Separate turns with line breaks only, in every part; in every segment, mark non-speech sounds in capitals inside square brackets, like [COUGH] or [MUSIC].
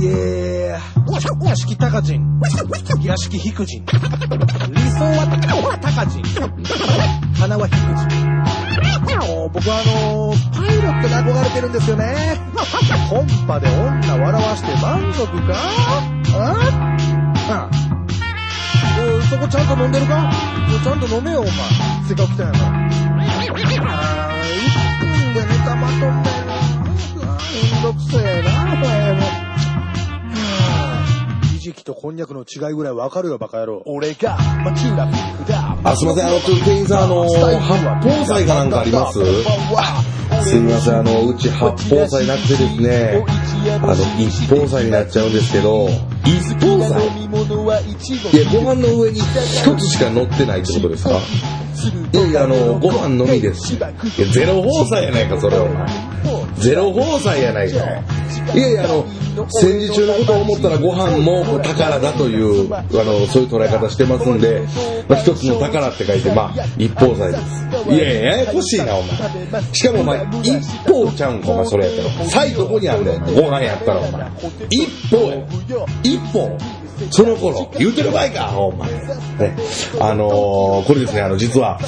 イエー屋敷高人屋敷ひく人理想は高人花はひく人もう僕はあのパイロットに憧れてるんですよねコンパで女笑わして満足かああそこちゃんと飲んでるかちゃんと飲めよお前せっかく来たんやからああ1分でネタまとめめんどくせえな、お前も。はぁひじきとこんにゃくの違いぐらいわかるよ、バカ野郎。俺が、マチンラピックだ。
あ、すいません、あの、ちょっと店員さん、あの、八宝菜かなんかありますすいません、あの、うち八宝菜なくてですね、あの、一本菜になっちゃうんですけど、一本菜いや、ご飯の上に一つしか乗ってないってことですかいやいや、あの、ご飯のみです。いや、ゼロ宝菜やないか、それお前。ゼロ宝菜やないか。いやいや、あの、戦時中のことを思ったらご飯も宝だという、あの、そういう捉え方してますんで、まあ、一つの宝って書いて、まあ、一方菜です。いやいや、ややこしいな、お前。しかもお前、一方ちゃうんか、お前、それやったら。菜どこにあんねん、ご飯やったら、お前。一方や。一方。その頃、言うてる場合か、お前。ね。あのーこれですね、あの、実は、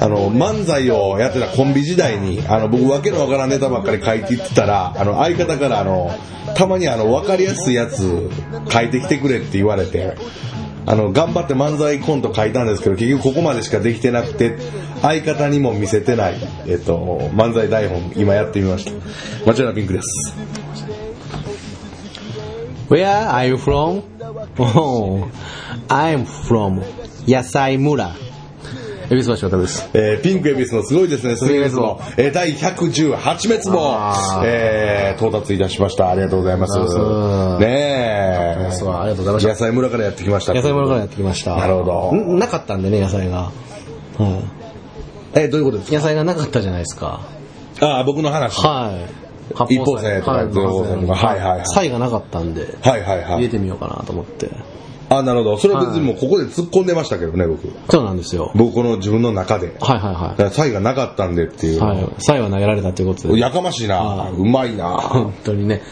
あの、漫才をやってたコンビ時代に、あの、僕、わけのわからんネタばっかり書いていってたら、あの、相方から、あの、たまにあの、わかりやすいやつ書いてきてくれって言われて、あの、頑張って漫才コント書いたんですけど、結局ここまでしかできてなくて、相方にも見せてない、えっと、漫才台本、今やってみました。マチュラピンクです。
Where are you from? Oh, I'm from 野菜村。エビス橋渡です。
えーピンクエビスのすごいですね、すごいですの、えー第118滅亡
あ、ー
えー到達いたしました。ありがとうございます
う。ん
ねえ。
そうありがとうございま
野菜村からやってきました。
野菜村からやってきました。
なるほど
んなかったんでね、野菜が。は
えーどういうことです
い。野菜がなかったじゃないですか。
かああ、僕の話。は
はい。
一方菜とか
はい
ゼロ方菜とかはいはいはい
菜がなかったんで、
いはいは
入れ
い。
てみようかなと思って。
あ、なるほど。それは別にもうここで突っ込んでましたけどね、僕。
そうなんですよ。
僕この自分の中で。
はいはいは
だから才がなかったんでってい
い。
う。
はい。菜は投げられたということで。
やかましいな。
[LAUGHS] はいう
まいな。
本当にね、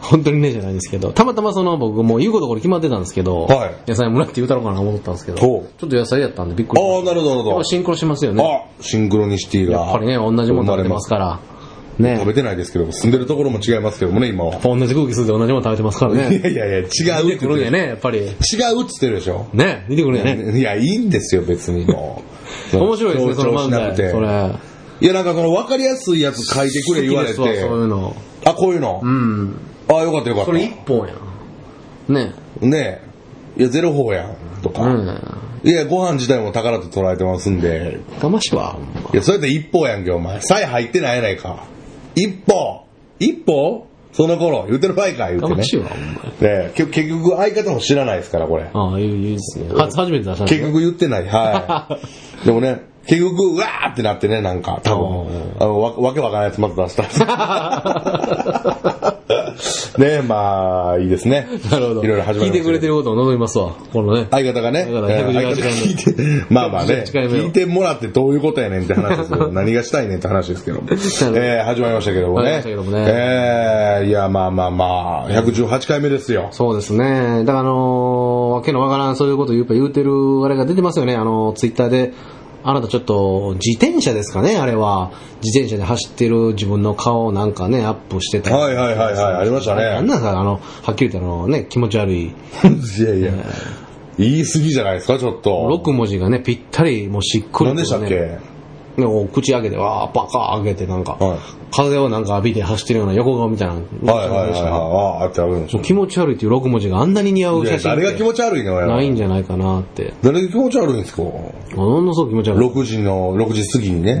本当にねじゃないですけど、たまたまその僕もう言うことこれ決まってたんですけど、
はい
野菜村って言うたろうかなと思ったんですけど、ち
ほ
ょ
う
っと野菜やったんでびっくり
ああ、なるほど、なる
やっ
ほ
ぱシンクロしますよ
ど。
ね。
あ、シンクロニシティが。
やっぱりね、同じもの食べてますから。ね
食べてないですけど、住んでるところも違いますけどもね、今は。
同じ空気吸って同じもの食べてますから
い
ね。
やいやいや、違うっ
出
てて
く
言っ
るん
てる。
やね、やっぱり。
違うっつってるでしょ。
ね出てくるんやね。
いや、いいんですよ、別にもう。
面白いですね、その
強調しな
漫
くて
才。それ。
いや、なんかその分かりやすいやつ書いてくれ言われ
好きですわそうい
て、
うの。
あ、こういうの
う。ん。
あ、よかったよかっ
それ一本やん。ね
た。ねえ。いや、ゼロ法やん。と
う
か。
ん。
いや、ご飯自体も宝と捉えてますんで。
かましは、ほんま
いや、それで一方やんけ、お前。さえ入ってないやないか。一方一方その頃、言うてる場合か、言うて
か
ね。
まし
ね
は、ほんまに。
え結結局、相方も知らないですから、これ。
ああ、いいいいですね。初初めて出したんで
結局言ってない。
[LAUGHS]
はい。でもね、結局、うわーってなってね、なんか、多分、あのわわけわからないやつまた出
[LAUGHS]
したんですけどねえ、まあ、いいですね。
なるほど。
いろいろ始まりましたけど
聞いてくれてることを望みますわ。このね。
相方がね、
だから
えー相方が聞いて、まあまあ
[LAUGHS]
ね、
118回目を
聞いてもらってどういうことやねんって話ですけど、
[LAUGHS]
何がしたいねんって話ですけども、え
ど
ー、始まりましたけどもね、
始まりましたけどもね
えー、いや、まあまあまあ、118回目ですよ。
[LAUGHS] そうですね。だからあのーわけのわからんそういうこと言う言うてるあれが出てますよね。あのー、ツイッターで。あなたちょっと、自転車ですかねあれは。自転車で走ってる自分の顔をなんかね、アップしてたり。
はいはいはいはい、ありました
なん
ね。
なんすかあの、はっきり言ったのね、気持ち悪い。
いやいや、言い過ぎじゃないですか、ちょっと。
6文字がね、ぴったり、もうしっくり
何
と
で
ね
したっけ
でも口開けて、わー、バカー開けて、なんか、
はい
風をなんか浴びて走ってるような横顔みたいな。
はいはいはいはい、ああ、あってあるんでしょ。
気持ち悪いっていう6文字があんなに似合
い
う
や
写真っ
誰が気
て
持ち悪いの
ない
よ。
んじゃないかなって。
誰が気持ち悪いんですか
ものすごく気持ち悪い。
?6 時の、6時過ぎにね。
ね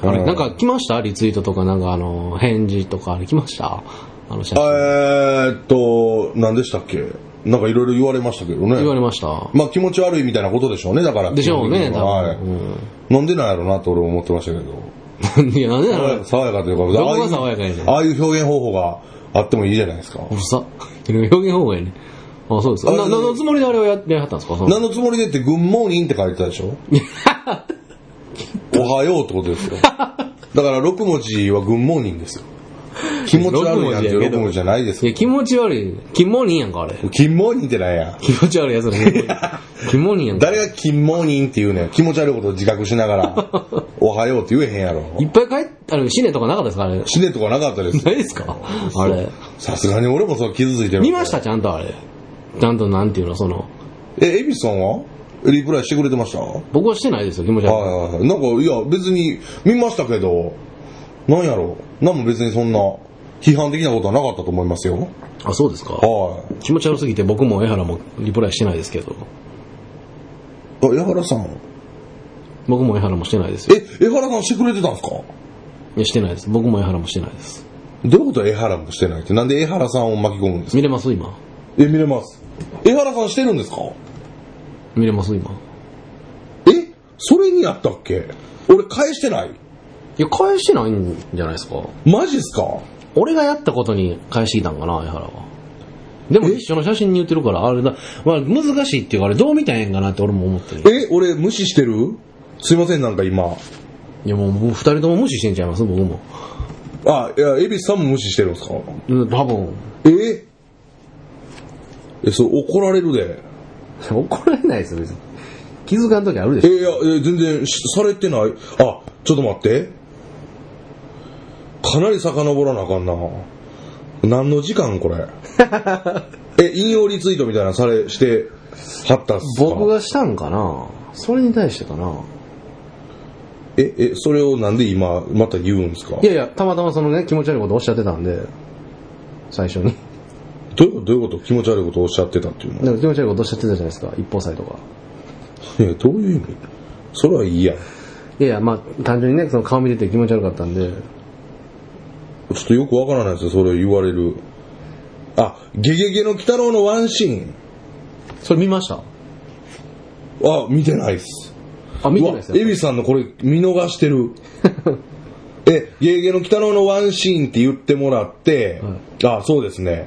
え。あ
う
れ、
ん
なんか来ましたリツイートとか、なんかあの、返事とか、あれ来ましたあの写
えー
真。
っと、何でしたっけなんかいろいろ言われましたけどね。
言われました
まあ気持ち悪いみたいなことでしょうね、だから。
でしょうね、多
はい。
分。
飲んでないやろなと俺思ってましたけど。
うん。 [LAUGHS] いや、なんでなの
爽やかというか、
どこ
ああ
が
いう
爽やかやねん
ああいう表現方法があってもいいじゃないですか。
うるさ。表現方法やね。あ、そうですか。
あ
な何のつもりであれをややりはったんですかその
何のつもりでって、グッモーニンって書いてたで
[LAUGHS]
しょおはようってことですよ。だから6文字はグッモーニンですよ。気持ち悪いなんて喜ぶじゃないです
いや、気持ち悪い。金モ人やんか、あれ。
金モ人ってなんや。
気持ち悪い
[LAUGHS]
やつら。金モ人やんか。
誰が金モ人って言うねん。気持ち悪いことを自覚しながら、おはようって言えへんや
い
ろ。
っぱい帰ったの、死ねとかなかったです
[LAUGHS]
か、あれ。
死ねとかなかったです。
ないですかあれ。
さすがに俺もそう傷ついてる。
見ましたちゃんとあれ。ちゃんとなんていうの、その。
え、エビソンはリプライしてくれてましたはい
僕はしてないですよ、気持ち悪い。
はいはい。なんか、いや、別に見ましたけど、なんやろ。なんも別にそんな、批判的なことはなかったと思いますよ。
あ、そうですか
は
気持ち悪すぎて僕も江原もリプライしてないですけど。
い。あ、江原さん。
僕も江原もしてないですよ。
え、江原さんしてくれてたんですか
いやしてないです。僕も江原もしてないです。
どういうこと江原もしてないって。なんで江原さんを巻き込むんですか
見れます今。
え、見れます。江原さんしてるんですか
見れます今。
えそれにやったっけ俺返してない。
いや、返してないんじゃないですか。
マジっすか
俺がやったことに返してきたんかな、江原は。でも一緒の写真に言ってるから、あれだ、まあ、難しいっていうか、あれどう見たらええんかなって俺も思ってる。
え、俺無視してるすいません、なんか今。
いや、もうもう二人とも無視してんちゃいます僕も。
あ、いや、エビスさんも無視してるんですか
うん多分。
ええ、それ怒られるで。
[LAUGHS] 怒られないですよ、別に。気づかん時あるで
え、
しょ。
いや、え全然しされてない。あ、ちょっと待って。かなり遡らなあかんな。何の時間これ。
[LAUGHS]
え、引用リツイートみたいなのされ、して、はったっすか
僕がしたんかなそれに対してかな
え、え、それをなんで今、また言うんですか
いやいや、たまたまそのね、気持ち悪いことおっしゃってたんで、最 [LAUGHS] 初に。
どういうことどういうこと気持ち悪いことをおっしゃってたっていうの
でも気持ち悪いことおっしゃってたじゃないですか、一方祭とか。
いや、どういう意味それはいいやん。ち
いやいや、まあ、単純にね、その顔見てて気持ち悪かったんで、
ょっとよくわからないですよ、それ言われる。あ、ゲゲゲの鬼太郎のワンシーン。
それ見ました
あ、見てないっす。
あ、見てないです
うわエ
よ。
ビさんのこれ見逃して
[LAUGHS]
る。え、ゲゲゲの鬼太郎のワンシーンって言ってもらって、あ、そうですね。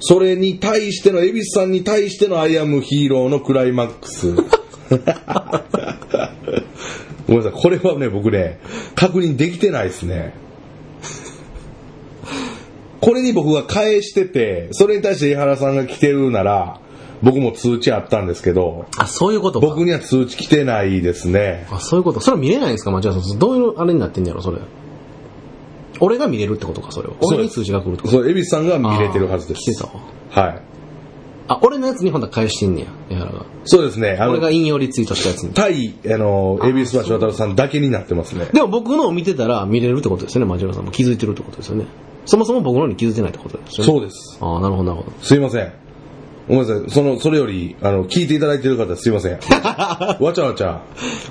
それに対しての、エビさんに対してのアイアムヒーローのクライマックス。
[LAUGHS]
ごめんなさい、これはね、僕ね、確認できてないですね。これに僕が返してて、それに対して井原さんが来てるなら、僕も通知あったんですけど、
あ、そういうことか。
僕には通知来てないですね。
あ、そういうこと。それは見れないんですか、町田さん。どういうあれになってんやろ、それ。俺が見れるってことか、それを。
そう
俺に通知が来るってこと
そう、エビスさんが見れてるはずで
来て
す
た。わ
はい。
あ、俺のやつにほんとは返してんねや、江原が。
そうですね。あ
俺が
の、
引用リツイートしたやつに。
対、あの、エビス橋渡さんだけになってますね。
でも僕のを見てたら見れるってことですよね、町田さんも。気づいてるってことですよね。そもそも僕のに気づいてないってことですよね。
そうです。
ああ、なるほど、なるほど。
すいません。ごめんなさい。その、それより、あの、聞いていただいてる方すいま
[LAUGHS]
せん。わちゃわちゃ。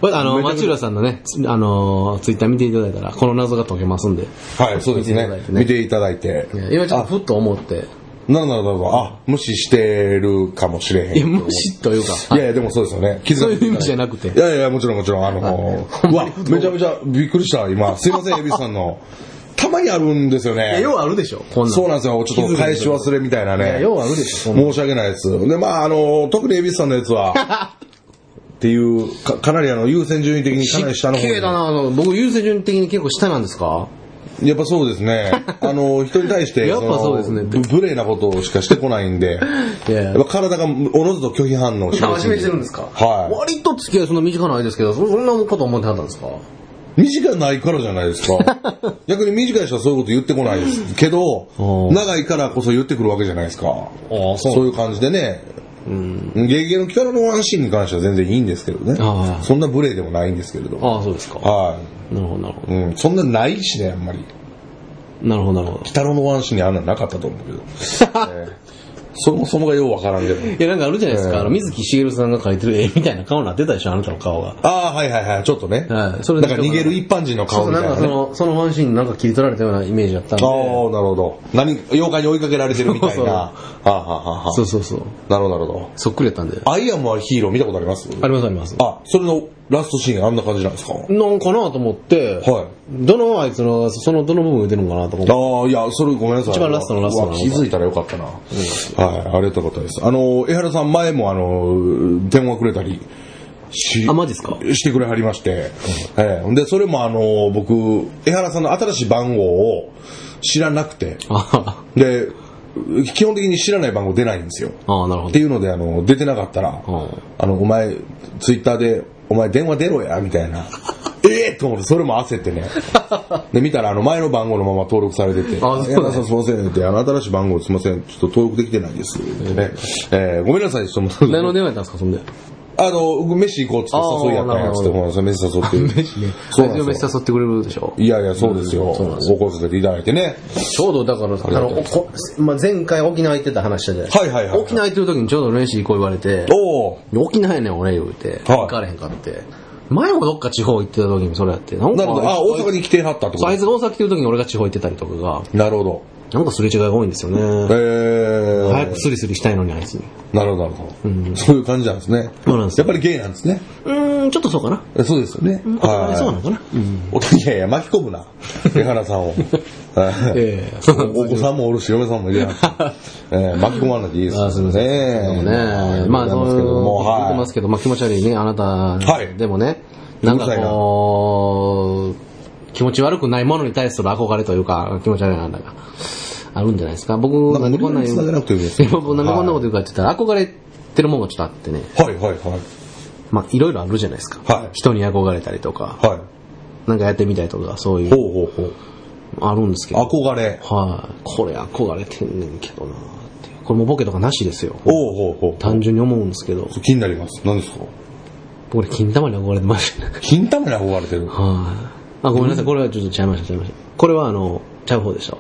これ、あの、
めちゃくちゃ
町浦さんのね、つあのー、ツイッター見ていただいたら、この謎が解けますんで。
はい、そうですね。見
見
ていただいて。
いや今ちょっとふっと思って、
なるほど、なるほど。あ、無視してるかもしれへん。
いや、無視というか、
いやいや、でもそうですよね。気づか
そう
れ
いう
て
意
る
味じゃなくて
い。やいや、もちろんもちろん、あの、うわ、めちゃめちゃびっくりした、今。すいません、エビスさんの。たまにあるんですよね。
要はあるでしょ、こんなん。
そうなんですよ。ちょっと返し忘れみたいない
や
ね。
要はあるでしょ、こんなん。
申し訳ないです。で、まあ、あの、特にエビスさんのやつは、
[LAUGHS]
っていう、かかなりあの、優先順位的にかなり下の方
綺麗だ
に。
なあの僕優先順位的に結構下なんですか
やっぱそうですね。
[LAUGHS]
あの、人に対して、
やっぱ
の
そうですね
ぶ無礼なことしかしてこないんで、
いやいや
やっぱ体がおのずと拒否反応し
楽
始
し
め
みしてるんですか
は
割と付き合いそんな短ないですけどそそんなこと思ってはったんですか
い。短いないからじゃないです
[LAUGHS]
か。逆に短い人はそういうこと言ってこないですけど
お、ー
長いからこそ言ってくるわけじゃないですか。
ああ
そういう感じでね、
うん
ゲゲゲの鬼太郎のワンシーンに関しては全然いいんですけどね
あ。あ
そんな無礼でもないんですけれども。
ああそうですか
は
なるほどなるほ
い。うん。そんなないしね、あんまり。鬼
どなるほどなるほど
太郎のワンシーンにあんなのなかったと思うけ
[LAUGHS]
ど。ええそもそもがようわからんけど。
いやなんかあるじゃないです
え
か、
え
あの水木しげるさんが描いてる絵みたいな顔になってたでしょあなたの顔が
ああ、はいはいはい。ちょっとね。なん
はいそれ
か逃げる一般人の
そ
顔
う
み
な
たい
ん
な
かそ
ね。
のそのワンシーンなんか切り取られたようなイメージだったん
あ
で
あ、なるほど。何、妖怪に追いかけられてるみたいな。
そうそ
は
う
あ、はあはあは
そうそうそう
あ、なるほどなるほ
そっくりやったんで
ど。アイアムはヒーロー見たことあります
ありますあります
あ、それのラストシーンあんな感じなんですか
なんかなと思って、
はい
どのあいつのそのどの部分出るのかなとか思って
ああ、いや、それごめんなさい。
一番ラストのラスト
う
なの
わ
か
気づいたらよかったな。はい、ありがたかったです。あの、江原さん前もあの、電話くれたりし
あマジっすか
してくれはりまして、ええでそれもあの僕江原さんの新しい番号を知らなくて
あ
で基本的に知らない番号出ないんですよ
あ、なるほ
って
ど。
いうのであの出てなかったら、
うん
あのお前ツイッターで「お前電話出ろや」みたいな [LAUGHS] ええと思ってそれも焦ってねで見たらあの前の番号のまま登録されてて「
あそう
山田さんすいません」って「あの新しい番号すいませんちょっと登録できてないです」ってね、えーごめんなさい」その
何の電話やったんですか、そんで。
あの、飯行こうっつって誘いやったんやつって、
あー
ほら、飯誘
[LAUGHS]
って。飯ね。そうなんですよ。
誘ってくれるでしょ
いやいや、そうですよ。
そうなんです
お声かけていただいてね。
ちょうどだから、あの、こまあ、前回沖縄行ってた話したじゃないですか。
はいはいはい
沖縄行ってる時にちょうど練習行こう言われて、
おお。
沖縄やねん俺言うて、
はい
行かれへんかって。前もどっか地方行ってた時にそれやって、なん
な
か、
るほど。あ、大阪に来てはったってこ
そう
と
あいつが大阪来てる時に俺が地方行ってたりとかが、
なるほど。
なんかすれ違いが多いんですよね。
え
早く
ー。
スリスリしたいのにあいつに。
なるほど、なるほど。そういう感じなんですね。
そうなんです
や
よ
っぱりゲイなんですね。
うーん、ちょっとそうかな。
えそうですよね。
あそうなのかな。
い。いやいや、巻き込む
[LAUGHS]
な。江原さんを。はい
ええそうなんで
[LAUGHS]
す
お子さんもおるし、嫁さんもいるやん。えー巻き込まないでいいですよ
あすいません
ね
ねまあ、
そ
そう
ですけども、
言って
は
ま
い
す。けど、まあ気持ち悪いね、あな
は
た
い。
でもね、なんか
うるさいな
こう、気持ち悪くないものに対する憧れというか、気持ち悪いなんだが、あるんじゃないですか。僕、
なんか
なんでこんな
無理やり繋がなくていいです
言う [LAUGHS] 僕なんでこんなこと言うかって言ったら、憧れてるもんもちょっとあってね、
はい、はい、はい。
まあいろいろあるじゃないですか。
はい
人に憧れたりとか、
はい。
なんかやってみたいとか、そうい
ほ
う、
うほうほう。
あるんですけど。
憧れ。
はい。これ憧れてんねんけどなっていうこれもうボケとかなしですよ。
おうほうほう。
単純に思うんですけど、
気になります。何ですか
僕ね、金玉に憧れてました。 [LAUGHS]
金玉に憧れてる。
はい。あ、ごめんなさい。これはちょっと違いました、違いました。これはあの、ちゃう方でしたわ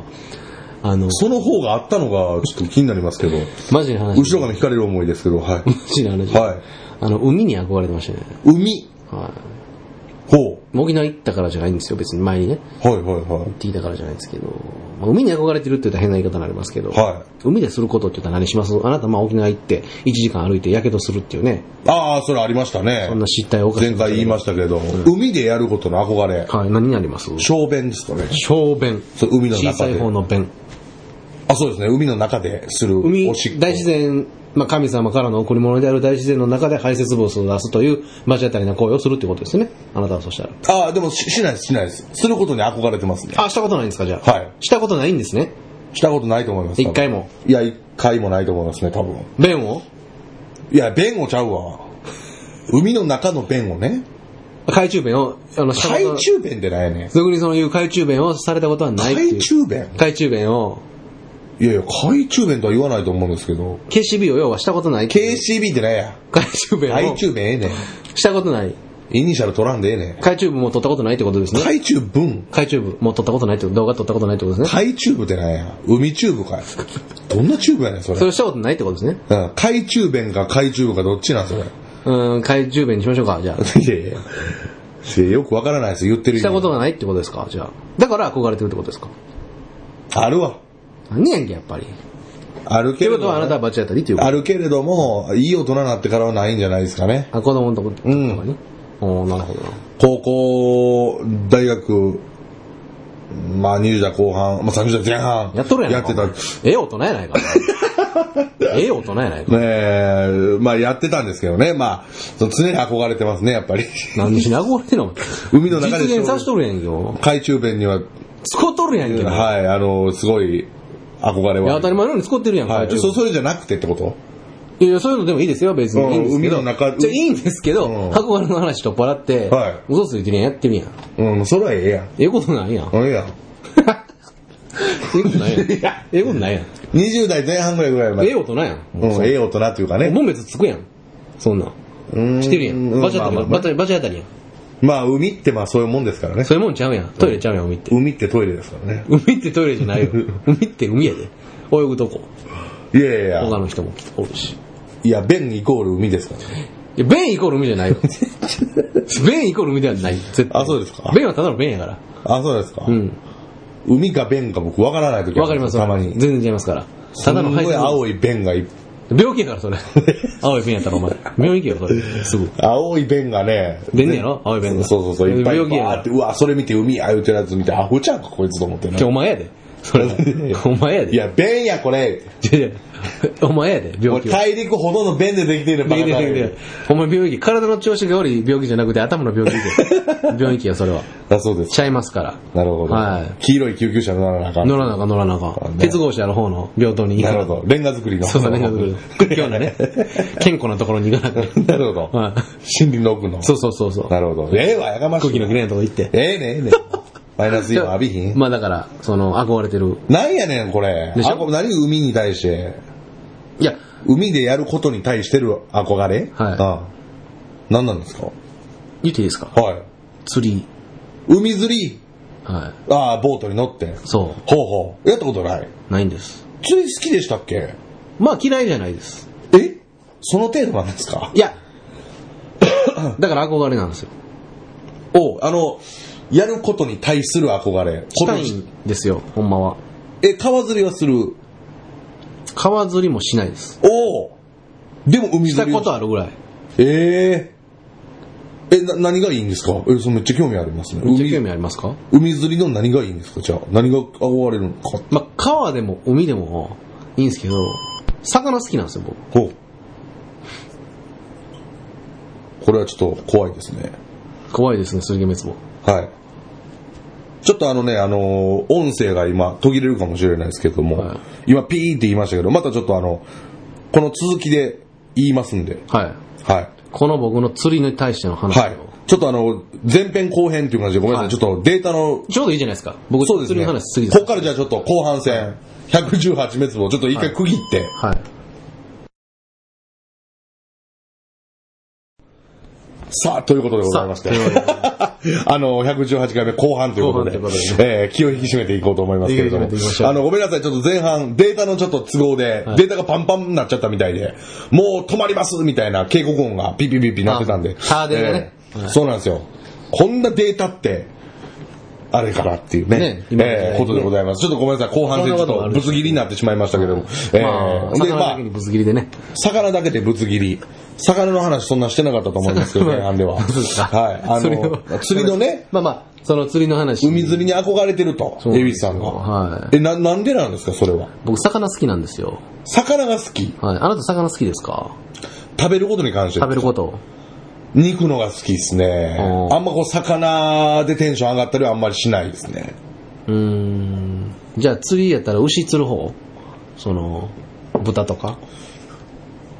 あの、
その方があったのが、ちょっと気になりますけど、
マジな話。
後ろ髪引かれる思いですけど、
[LAUGHS]
はい。
マジな話。
はい。
あの、海に憧れてましたね。
海。
はい。
ほ
沖縄行ったからじゃないんですよ、別に前にね。
う。はいはいは
行ってきたからじゃないんですけど。まあ海に憧れてるって言ったら変な言い方になりますけど。
い。はい。
海ですることって言ったら何しますあなたまあ沖縄行って1時間歩いて火傷するっていうね。
ああ、それありましたね
そん。な失態を犯
前回言いましたけど、海でやることの憧れ。
はい、何になります
小便ですかね。
小便。
そう海の中で
小さい方の便。
あ、そうですね。海の中でする
海
おしっ、こ。
大自然、まあ、神様からの贈り物である大自然の中で排泄物を出すという間違ったりな行為をするってことですね。あなたはそうしたら。
ああ、でもししないです、しないです。することに憧れてますね。
あ、したことないんですか、じゃあ。
はい
したことないんですね。
したことないと思います。多分
一回も。
いや、一回もないと思いますね、多分。
便を
いや、便をちゃうわ。海の中の便をね。
懐中便を、あの、したこと
懐中便ってなんやねん。
俗にその言う懐中便をされたことはないっていう。
懐中便
懐中便を、
いやいや、懐中便とは言わないと思うんですけど。
KCB を要はしたことないっていう。
KCB ってなんや。
懐中便
懐
を、
中便ええねん。
したことない。
イニシャル取らんでええねん。
懐中部も撮ったことないってことですね。
懐中分
懐中部も撮ったことないってこと、動画撮ったことないってことですね。
懐中部ってなんや。海チューブかい。どんなチューブやねん、それ。
それをしたことないってことですね。
うん、懐中便か懐中部かどっちなん、
[LAUGHS]
それ。
うん、懐中便にしましょうか、じゃあ。
いやいや。いやよくわからないです、言ってる意味
したことがないってことですかじゃあ。だから憧れてるってことですか
あるわ。
何やんけ、やっぱり。
ある
と
け
いう
れ
こと
ど
はあなたは
も。
罰当たりっていうこと
あるけれども、いい大人になってからはないんじゃないですかね。
あ、子供のとことか
うん
に。おーなるほどな。
高校、大学、まあ20代後半、まあ30代前半。
やっとるやん
やってた。ね
ええ大人やな
[LAUGHS]
いか。ええ大人やないか。
えまあやってたんですけどね。まあ、その常に憧れてますね、やっぱり。
何しに憧れてんの
海の中で
実現さしとるやんけ、よ
懐中弁には、
使っとるやんけ。い
はい、あの、すごい憧れ
や、
は。
当たり前のように使ってるやんか。
はい。
ちょっ
そ
と
それじゃなくてってこと
いやいや、そういうのでもいいですよ、別
うん
に。いいんですけど。
海の中
じゃあいいんですけど、
うん
憧れの話取っ払って、
はい
嘘ついてるやん、やってるやん。
うん、それはええやん。
ええことないやん。え
うん、ええやん。
えことない
[LAUGHS]
やん。え
や
えことないやん。
20代前半ぐらいぐらいま
ええ
で。
大人やん。
うん、ええ大人っていうかね。
門別つくやん。そんなん。
うん
してるやん。バチ当たり
ま
や
あ
ん。
ま
バ
あ
チバチ当たりやん。
まあ、海ってまあそういうもんですからね。
そういうもんちゃうやん。トイレちゃうやん、海って。
海ってトイレですからね。
海ってトイレじゃないよ。海って海やで。泳ぐとこ。
いやいやい
他
や。
の人もおるし。
いや、便イコール海ですからね。
いや、便イコール海じゃ
[LAUGHS]
ないよ。便イコール海ではない。絶対。
あそうですか
便はただの便やから。
あ、そうですか。
うん。
海か便か僕わからないとき
わかります
たまに。
全然違いますから。ただの
すん
排
ごい
泄物
青い便がいっ
病気やか
[LAUGHS]
ら、それ。青い便やったら、お前。病気やから、それ。すぐ。
青い便がね。
出んねやろ青い便が
そうそうそう。いっぱい
病気や
バー
か
っ
ら
て、うわ、それ見て海あいうてるやつ見て、あ、ふちゃうかこいつと思ってね
じゃあお前やで。それお前やで。
いや、便や、これ。
いやいやお前やで、病気は。
大陸ほどの便でできてるバカ
いやいやいや
だ
いやお前病気、体の調子が悪い病気じゃなくて頭の
[LAUGHS]
病気で。病気や、それは。
だそうです。
ちゃいますから。
なるほど。
はい
黄色い救急車乗らなあかん。
乗らなあかん乗らなあかん。
ね
鉄合者の方の病棟に行
な
か
る
な。
ほど。レンガ作りの。
そうそう、ね、仏教のね、健康なところに行かなく
[LAUGHS] なるほど。
はい
森林の奥の。
そうそうそうそう。
なるほど。ええわ、やかましい。
空気のきれいなとこ行って。
ええね、ええね。マイナスイオン浴びひん。
[LAUGHS] まあだから、その、憧れてる。
なんやねん、これ。
でしょ
あこ何海に対して。
いや、
海でやることに対してる憧れ
はい
ああ何なんですか
言っていいですか
はい。
釣り。
海釣り。
はい。
ああ、ボートに乗って。
そ
ほうほう。やったことない。
う。ないんです。
釣り好きでしたっけ
まあ嫌いじゃないです。
えその程度なんですか
い [COUGHS] や、だから憧れなんですよ。
おうあの、やることに対する憧れ。
したいんですよ、ほんまは。
え、川釣りはする。
川釣りもしないです。
おおでも海
した
釣り
こ
は
とあるぐらい。
えええ、な、何がいいんですかえ、それめっちゃ興味ありますね。
めっちゃ興
海
味ありますか
海釣りの何がいいんですかじゃあ、何が憧れるのか。
まあ川でも海でもいいんですけど、魚好きなんですよ、僕。
ほう。これはちょっと怖いですね。
怖いですね、スルゲ滅亡。
はい。ちょっとあのね、あのー音声が今途切れるかもしれないですけども、
はい
今ピーンって言いましたけど、またちょっとあの、この続きで言いますんで、
はい。
はい。
この僕の釣りに対しての話を。
はい。ちょっとあの、前編後編っていう感じで、ごめんなさい、
はい
ちょっとデータの、
ちょうどいいじゃないですか。僕、
そうです
釣
ね。
りの
こ
話好きで
こ
す。
からじゃあちょっと後半戦、118滅亡、ちょっと一回区切って、
はい。
さあ、ということでございまして
さあということ。
[LAUGHS] あの、118回目後半ということで、
後半というこ
えー気を引き締めていこうと思いますけれども
気を引き締めていきましょう。
あの、ごめんなさい、ちょっと前半、データのちょっと都合で、
い
データがパンパンになっちゃったみたいで、もう止まりますみたいな警告音がピピピピなってたんで。
あハードルがね
えー
はい
そうなんですよ。こんなデータって、あれからっていうね、
ね今の時
え
代
ーことでございます。ちょっとごめんなさい、後半戦ちょっとぶつ切りになってしまいましたけども。え
まあ、
ーで
魚だけにぶつ切りでね。
魚だけでぶつ切り。魚の話そんなしてなかったと思いますけど、前半では。
[LAUGHS] そうですか
はい。あ
釣りの
の、釣りのね、
まあまあ、その釣りの話。
海釣りに憧れてると、
う
エビスさんが。
は
え、な、なんでなんですか、それは。
僕、魚好きなんですよ。
魚が好き。
はい。あなた、魚好きですか
食べることに関して。
食べること。
肉のが好きですね。
おー
あんまこう、魚でテンション上がったりはあんまりしないですね。
うーん。じゃあ、釣りやったら牛釣る方その、豚とか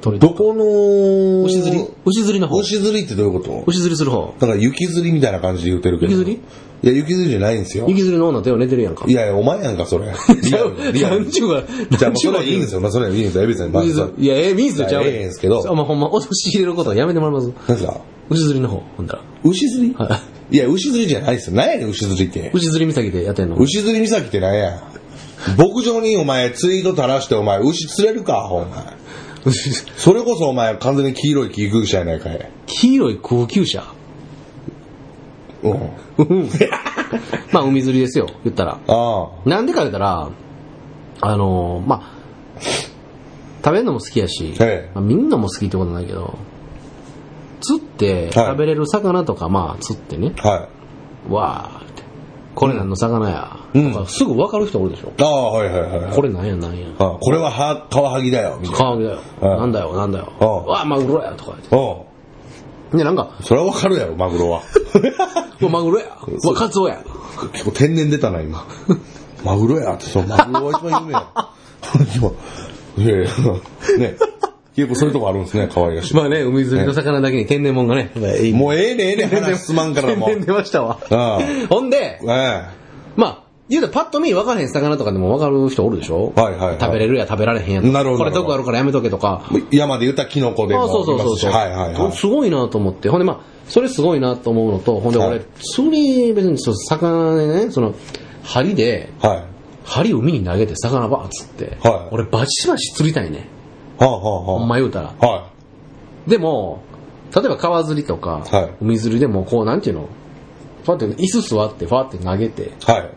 鳥と
ど
か
この、
牛釣り牛釣りの方牛
牛釣りってどういうこと
釣りする方
だから雪釣りみたいな感じで言ってるけど。
雪釣
りいや、雪釣りじゃないんですよ。
雪釣りの女手を寝てるやんか。
いやいや、お前やんか、それ。リアルリアル
[LAUGHS] 何ちゅうか、
じゃあ、も
何
う
ちゅ
そうれは
か
いいんですよ。まあ、それはいいんですよ。エビさん、まあ、
牛
そ
釣りいや、ええ、ミーズちゃう
いやええんすけど
お前ほんま、落とし入れることはやめてもらいます。
何ですか
牛釣りの方、ほんだら。
牛釣り
はい
や、牛釣りじゃないですよ。何やねん、牛釣りって。
牛釣り岬でやってんの
牛釣り岬って何や。牧場にお前、ツイート垂らして、お前、牛釣れるか、お前。
牛
それこそお前、完全に黄色い救急車やないかい。
黄色い高級車
うん。
まあ、海釣りですよ、言ったら。
ああ。
なんでか言ったら、あのーまあ、食べるのも好きやし、
ええ
まあ、みんなも好きってことないけど、釣って
はい
食べれる魚とか、まあ、釣ってね、
は
わーって、これ何の魚や、
うん
とかすぐ分かる人おるでしょ。
い。ああ、はいはいはい。
これなんやなんや。
ああこれはは、カワハギだよ、みたいな。
カワハギだよ。
はい
なんだよ、なんだよ。
ああ
わあ、マグロやとか言っ
お
て。で、なんか、
それはわかるやろ、マグロは。
うわマグロや。うわ、カツオや。
結構天然出たな、今。マグロやって、そう、マグロが一番有名や。今、いやいや、ね。結構そういうとこあるんですね、可愛らしい。
まあね、海釣りの魚だけに天然もんがね、
もうええねええね話すまんからもう。
天然
え
出ましたわ
ああ。
[LAUGHS] ほんで
え、は
まあ、言うたらパッと見分からへん魚とかでも分かる人おるでしょ
いはいはい。
食べれるや食べられへんやとか
なるほど
これ毒あるからやめとけとか。
山で言ったらキノコでも
あそうそうそうそう。
いますしはいはいはい。
すごいなと思って。ほんでまあ、それすごいなと思うのと、ほんで
は
俺
い、
釣り、別にそう魚でね、その、針で、
はい。
針海に投げて魚ばーっつって、
はい
俺バチバチ釣りたいね。
はあは
ほんま言うたら。
あは
でも、例えば川釣りとか、
はい
海釣りでもこう、なんていうのファって、椅子座って、ファって投げて、
あ。はい。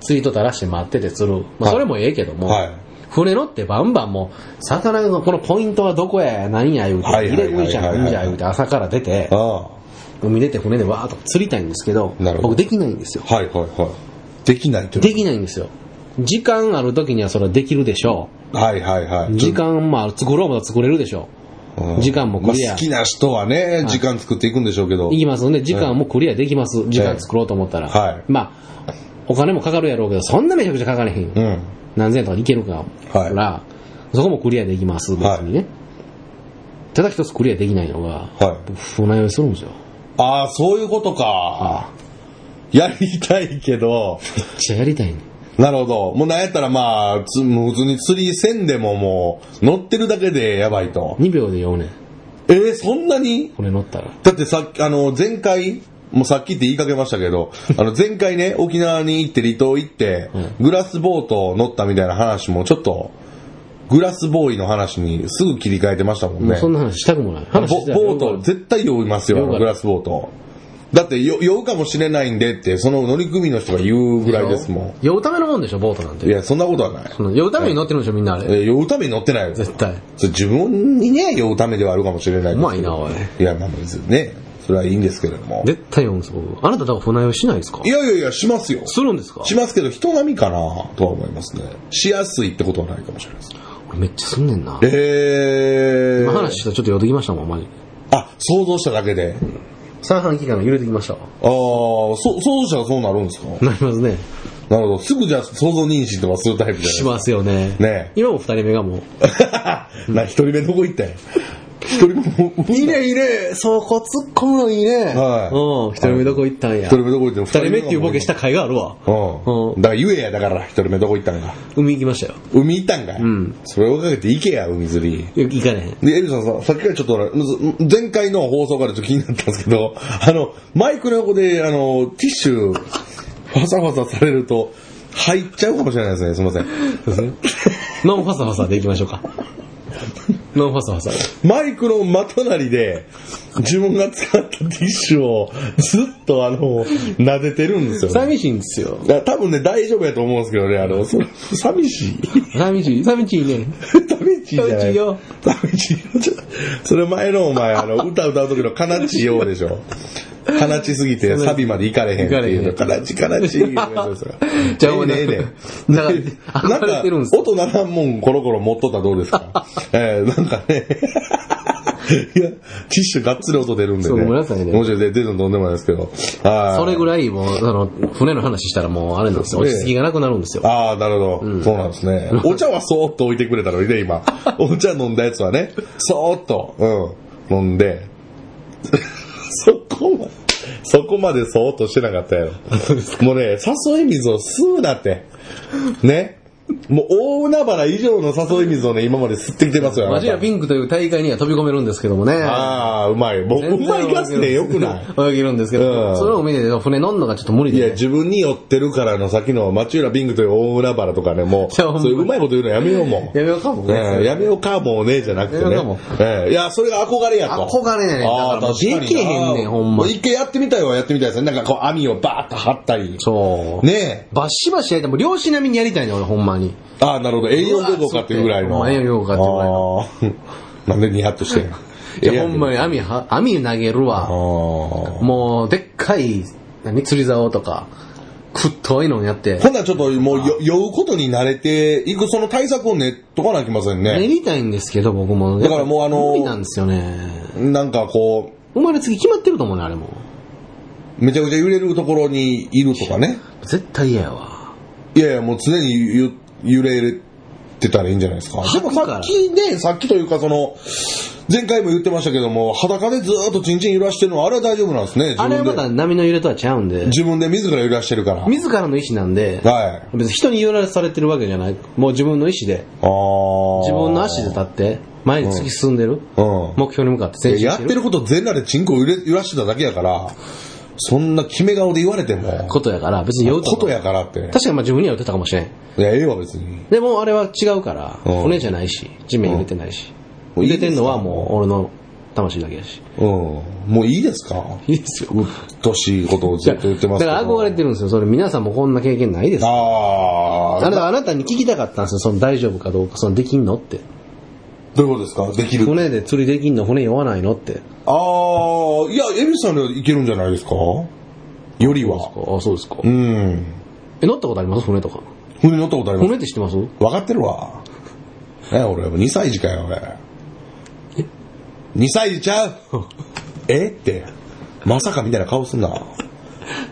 釣りと垂らして待ってて釣る。
は
まあ、
い
それもええけども、
はい
船乗ってバンバンもう、魚のこのポイントはどこや、何や言うて、
はいはい
入
はい
れ食いじゃ
はい
ん、
はい
海じゃん言うて、朝から出て、
ああ。は
海出て船でわーっと釣りたいんですけど
なる、ほど
僕できないんですよ。
いはいはい。できないという。
できないんですよ。時間ある時にはそれはできるでしょ
はいはいは
う。
い。
時間、まあ、作ろうも作れるでしょ
うん
時間もクリア
まあ好きな人はね、時間作っていくんでしょうけど。
う。いきますので、時間もクリアできます。時間作ろうと思ったら。
はい
まあ、お金もかかるやろうけど、そんなめちゃくちゃかかれへん。
うん。
何千円とかいけるから、そこもクリアできます、別にね。ただ一つクリアできないのが、
はい。
船酔いするんですよ。
ああ、そういうことか。
ああ、
やりたいけど、
めっちゃやりたいね。
なるほど。もうなんやったらまあ、つもう普通に釣りせんでももう、乗ってるだけでやばいと。
2秒で酔うねん。
えー、そんなに
これ乗ったら。
だってさっき、あの、前回、もうさっきって言いかけましたけど、
[LAUGHS]
あの、前回ね、沖縄に行って離島行って、グラスボート乗ったみたいな話もちょっと、グラスボーイの話にすぐ切り替えてましたもん
もう
ね。
そんな話したくもない。
ボ
話してたら
ボート、絶対酔いますよ、あ
酔うか
の
ら
グラスボート。だって酔酔うかもしれないんでって、その乗組の人が言うぐらいですも
酔うためのもんでしょ、ボートなん
ん。い
て。
や、そんなことはない。
その酔うために乗ってるんでしょ、みんなあ
え
れ。
ー酔うために乗ってないよ。
絶対。
それ自分にね、酔うためではあるかもしれないですけ
う
ど
まいな、おい。
いや、まあ別にね、それはいいんですけれども。
絶対酔うんです、僕。あなた、だから船酔いしないですか
いやいやいや、しますよ。
するんですか
しますけど、人並みかなとは思いますね。しやすいってことはないかもしれないです。
俺めっちゃすんねんな。
え
今
ー。
話したらちょっと酔ってきましたもん、マジで。
あ、想像しただけで。
三半期間が揺れてきましたわ。
ああ、そ、想像したらそうなるんですか
なりますね。
なるほど。すぐじゃあ想像妊娠とかするタイプじ
し
ゃない
ますよね。
ねえ
今も二人目がもう。
[LAUGHS] な、一人目どこ行ったんや一人目も、一
いいね、いいね。そこ突っ込むのいいね。
はい
うん。一人目どこ行ったんや。
人目どこ行ったん二
二人目っていうボケした甲斐があるわ。
うん。
うん
だから言えや、だから、一人目どこ行ったんか。
海行きましたよ。
海行ったんかい。
ん
それをかけて行けや、海釣り。
いや行かれへん。
で、エルさんさ、さっきからちょっと俺、むず前回の放送からちょっと気になったんですけど、 [LAUGHS] あの、マイクの横で、あの、ティッシュ、ファサファサされると、入っちゃうかもしれないですね。すみません。 [LAUGHS]
ノンファサファサで行きましょうか。ノンファサファサで。
マイクのまとなりで、自分が使ったティッシュをずっとあの、撫でてるんですよ、ね。
寂しいんですよ。
だから多分ね、大丈夫やと思うんですけどね、あの、そ寂しい。
寂しい、寂しいね。
寂しいじゃない。
寂しいよ。
寂しいよ。ちょそれ前のお前、あの、歌歌う時の悲しいようでしょ。悲しすぎてサビまで行かれへんっていう
行かれへ
悲しい悲しい言うやつです
じゃあ
ええねええね
お前
で
な
なん
んか憧れ
か
てるんです、よ
音ならんもんコロコロ持っとったらどうですか [LAUGHS] ええなんかね。いや、ティッシュがっつり音出るんでね。
そうごめんなさいね
もちろん出るのとんでもないですけど。はい
それぐらいもう、あの、船の話したらもうあれなんですよ。
ね
落ち着きがなくなるんですよ。
ああ、なるほど、そうなんですね。お茶はそーっと置いてくれたのにね、
[LAUGHS]
今。お茶飲んだやつはね、そーっと、うん、飲んで。 [LAUGHS] そこまで、そこまでそーっとしてなかったやろ。もうね、誘い水を吸うなって。ね。もう大海原以上の誘い水をね、今まで吸ってきてますよ。
マジ
あ
や
なた
ピンクという大会には飛び込めるんですけどもね。
あー、うまい。もう、うまいガスでよくない。
[LAUGHS] 泳げるんですけ
うん
ど、それを見てて船乗んのがちょっと無理
いや、
で。
自分に寄ってるからの先の、町浦ピンクという大海原とかね、もう、
[LAUGHS] いやほ
そう
んま
いううまいこと言うのやめようもん。
やめようかも
ねえやめようかもうね、じゃなくて
やめ
ね
ようかも。
ええいや、それが憧れやと。
憧れやねん
ああ、
だからもう
確かに
できへんねんほんま
一回やってみたいはやってみたいですね。なんかこう、網をバーッと張ったり。
そう。
ねえ。
バシバシやりたい。もう漁師並みにやりたいね、俺ほんまに。
ああ、なるほど。栄養どこかっていうぐらいの。
うわそう栄養どこかっていうぐらい
の。 [LAUGHS] なんでニヤッとしてんの
[LAUGHS] いや、ほんま
に。
に網は、網投げる
あ
わ。
あ。
もう、でっかい、何、釣り竿とか、くっといのやって
ほ。んならちょっともうよ酔うことに慣れていく、その対策を練っとかなきゃいけません
や
ね。
りたいんですけど、僕も。
だからもうあのー
無理なんですよね。
なんかこ
生まれつき決まってると思うね、あれも。
う、めちゃくちゃ揺れるところにいるとかね。
絶対嫌やわ。
いやいや、もう常にゆ揺れてたらいいんじゃないですか。で
吐
も
くから
さっきね、さっきというかその、前回も言ってましたけども、裸でずーっとチンチン揺らしてるのは、あれは大丈夫なんですね。自
あ
分
れ
で
はまだ波の揺れとはちゃうんで、
自分で自ら揺らしてるから。はい。
自らの意思なんで、
あ
別に人に揺らされてるわけじゃない。もう自分の意思で、
あ。
自分の足で立って、前に突き進んでる。
う
目標に向かって前
ん。
進
や
し
ってて
る
ること全裸でチンコを揺れ揺らしてただけやから、そんな決め顔で言われても、
ことやから、別に酔う
ことと
か。
やからって。
確かにまあ自分には酔ってたかもしれん。
いや、ええわ別に。
でもあれは違うから、
うん
骨じゃないし、地面に出てないし。
うん
入れてんのはもう俺の魂だけやし。
うん。もういいですか
いいですよ。
うっとしいことをずっと言ってます
だ
けど。
から憧れてるんですよ。それ皆さんもこんな経験ないですか
ああ。
あなた、あなたに聞きたかったんですよ。その大丈夫かどうか、そのできんのって。
どういうことですかできる。
骨で釣りできんの、骨酔わないのって。
ああ、いや、エビさんではいけるんじゃないですかよりは。
あ、そうですか
う。ん。
え、乗ったことあります骨とか。
船乗ったことありま
骨
す。
って知ってます
分かってるわ。え、俺、2歳児かよ、俺。2歳児ちゃ
[LAUGHS]
うえって。まさかみたいな顔すんな。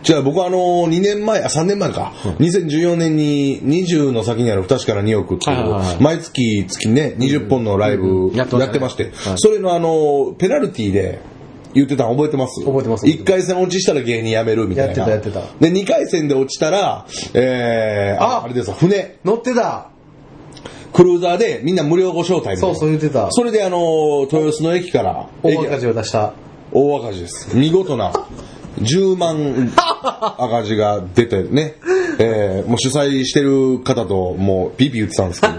違う、僕はあの、2年前、あ、3年前か。2014年に20の先にある不確かな2億ってい
はいはいは
う、
い
毎月月ね、20本のライブ
うん
や
や
っ
っててましたね
まして
は、い
それのあの、ペナルティで言ってたの覚えてます
覚えてます
1回戦落ちしたら芸人辞めるみたいな。
やってたやってた
で、2回戦で落ちたら、えー、あ、
あ
あれですよ、船。
乗ってた
クルーザーでみんな無料ご招待みたいな。
そうそう言ってた
それであの、豊洲の駅から、
大赤字を出した。
大赤字です。見事な10万
[LAUGHS]
赤字が出てね、えーもう主催してる方ともうピーピー言ってたん
[LAUGHS]
ですけど、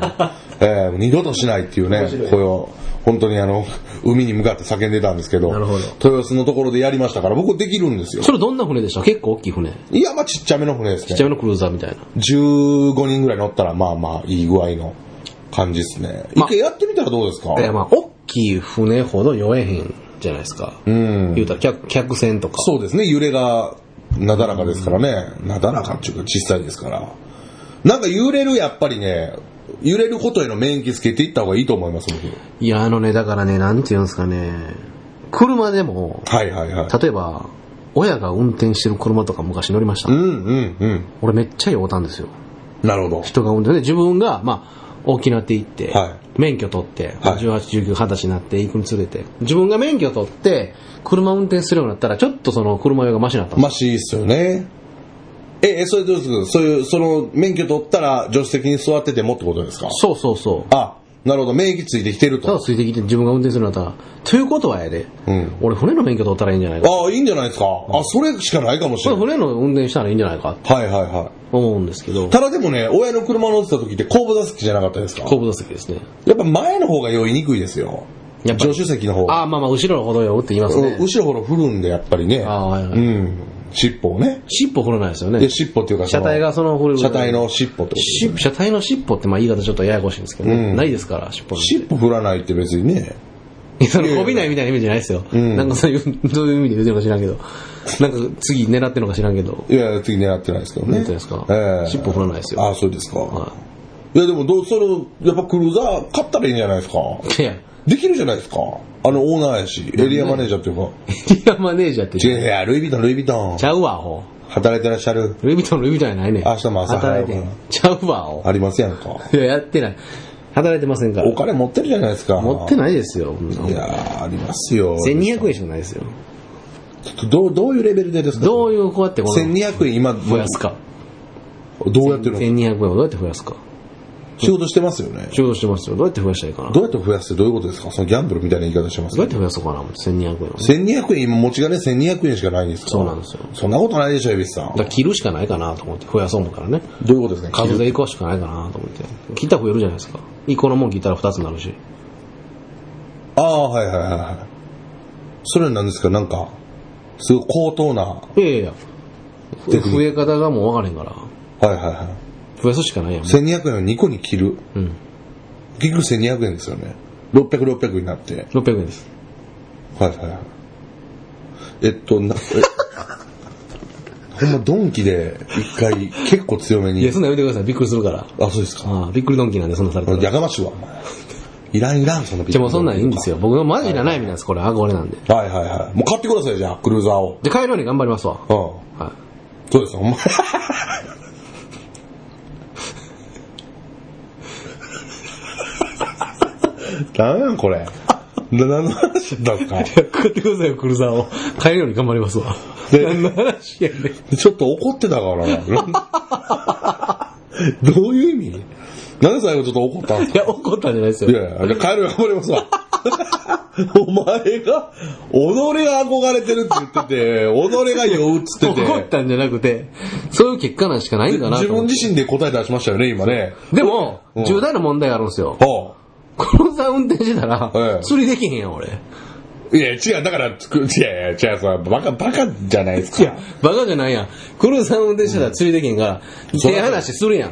えー二度としないっていうね
面白、い
声を本当にあの、海に向かって叫んでたんですけど、
なるほど
豊洲のところでやりましたから、僕できるんですよ。
それどんな船でした結構大きい船。
いや、まあちっちゃめの船です
ちっ
ね
ちゃ。めのクルーザーみたいな。
15人ぐらい乗ったら、まあまあいい具合の感じですね。一
まあ
回やってみたらどうですか
いや、まあ、大きい船ほど酔えへんじゃないですか。
ん
言うたら客、客船とか。
そうですね、揺れがなだらかですからね。なだらかっていうか小さいですから。なんか揺れるやっぱりね、揺れることへの免疫つけていった方がいいと思います、僕。
いや、あのね、だからね、なんていうんですかね。車でも、
はいはいはい。
例えば、親が運転してる車とか昔乗りまし
う
た。
んうんうん。
俺めっちゃ酔うたんですよ。
なるほど。
人が運転で、自分が、まあ、大きなっていって、
は
免許取って、
はい
18、19、20歳になっていくにつれて、自分が免許取って、車運転するようになったら、ちょっとその車用がマシになったんですよ
マシっすよね。え、え、それどうですかそういう、その免許取ったら助手席に座っててもってことですか
そうそうそう。
あ、なるほど。免疫ついてきてる
ただ
と。
ついてきて自分が運転するんだったら、ということはやで、
うん
俺船の免許取ったらいいんじゃないか。
あ、いいんじゃないですかあ、それしかないかもし
こ
れ
れ
ない。
船の運転したらいいんじゃないかと
はいはいは
思うんですけど
い。、ただでもね、親の車乗ってた時って後部座席じゃなかったですか
後部座席ですね。
やっぱ前の方が酔いにくいですよ。
やっぱ
助手席の方
あ
が。
あ、まあまあ、後ろの歩道よって言います
うん
ね。
後ろほら振るんで、やっぱりね。
ああ、はいは
う
い。
ん。尻尾をね。
尻尾振らないですよ
で、
ね。
尻尾っていうか、
車体がその振る
車体の尻尾ってことです
し
ね。
車体の尻尾ってまあ言い方ちょっとややこしいんですけど、
うん
ないですから、尻尾なんて
尻尾振らないって別にね。
いや [LAUGHS] その媚びないみたいな意味じゃないですよ。
ん
なんかそういう、どういう意味で言うてるのか知らんけど。なんか次狙ってるのか知らんけど。
いや、次狙ってないですけどね。
狙ってないですか
ええ
尻尾振らないですよ
ああ、そうです
は
か。いや、でも、どう、それを、やっぱクルーザー買ったらいいんじゃないですか。
いや、
できるじゃないですか。あの、オーナーやし、エリアマネージャーっていうか。
エリアマネージャーって
違
ち
う違う、ルイ・ヴィトン、ルイ・ヴィトン。
ゃうわ、ほ
働いてらっしゃる。
ルイ・ヴィトンのルイ・ヴィトンやないねん。
明日も朝早
働
い
い
か
て
ら
ん。ちゃうわ、お。
ありますやんか。
いや、やってない。働いてませんから
お。金持ってるじゃないですか。
持ってないですよ。
いやー、ありますよ。
1200円しかないですよ。
どう、どういうレベルでですか
どういう、こうやってこの、
1200円今、
増やすか。
どうやってるの
1200円をどうやって増やすか。
仕事してますよね。
仕事してますよ。どうやって増やしたらいいかな。
ど
ど
うやって増やすってどういうことですかそのギャンブルみたいな言い方してます
うやって増やそうかな、1200円を。
1200円、今持ち金1200円しかないんですか
そうなんですよ
そんなことないでしょ、蛭子さん
だ。から切るしかないかなと思って、増やそうもんからね。
どういうことですか
数でいこうしかないかなと思って。切ったら増えるじゃないですか。1個のもん切ったら2つになるし。
ああ、はいはいはいはい。それは何ですかなんか、すごい高等な。はい
やいやいや。
テクニック
増え方がもう分からへんから。
いはいは
増やすしかないやん
い。。1200円を2個に切る。
うん。
結局1200円ですよね。600、600になって。
600円です。
はいはいはい。えっと、
[LAUGHS]
な、えほんまドンキで一回結構強め
い
に
や、。そんなんやめてください。びっくりするから。
あ、そうですか。
ああ、びっくりドンキーなんでそんなされたら。
やかましいわ、お前。いらんいらん、そんなビッグ
じゃあもうそんなんいいんですよ。僕のマジな
は
悩みなんです、これ。憧れなんで。
いはいはい。もう買ってください、じゃあ、クルーザーを。
じゃあ帰るように頑張りますわ。
う
は
ん。そうです、お
[LAUGHS]
前。ダメなん、これ。な、何の話だったんです
い。買ってくださいよ、クルーザーを。帰るように頑張りますわ。
で
何の話やねん。
かちょっと怒ってたからな。 [LAUGHS] どういう意味なんで最後ちょっと怒ったんですか
いや、怒ったんじゃないです
い
よ。
やいや、じゃあ帰るよ、頑張りますわ。お前が、己が憧れてるって言ってて、己が酔うっつってて。
怒ったんじゃなくて、そういう結果なんしかないんだな
自
と思
分
って。
自身で答え出しましたよね、今ね。
でも
うん、
重大な問題があるんですよ。
は
クルーザー運転してた
ええ
ら、釣りできへんやん、俺。
あ、いや、違う、だから、つくいやいや、違う、さ、バカ、バカじゃないですか。
バカじゃないやん。クルーザー運転してたら釣りできへんから、手離しするやん。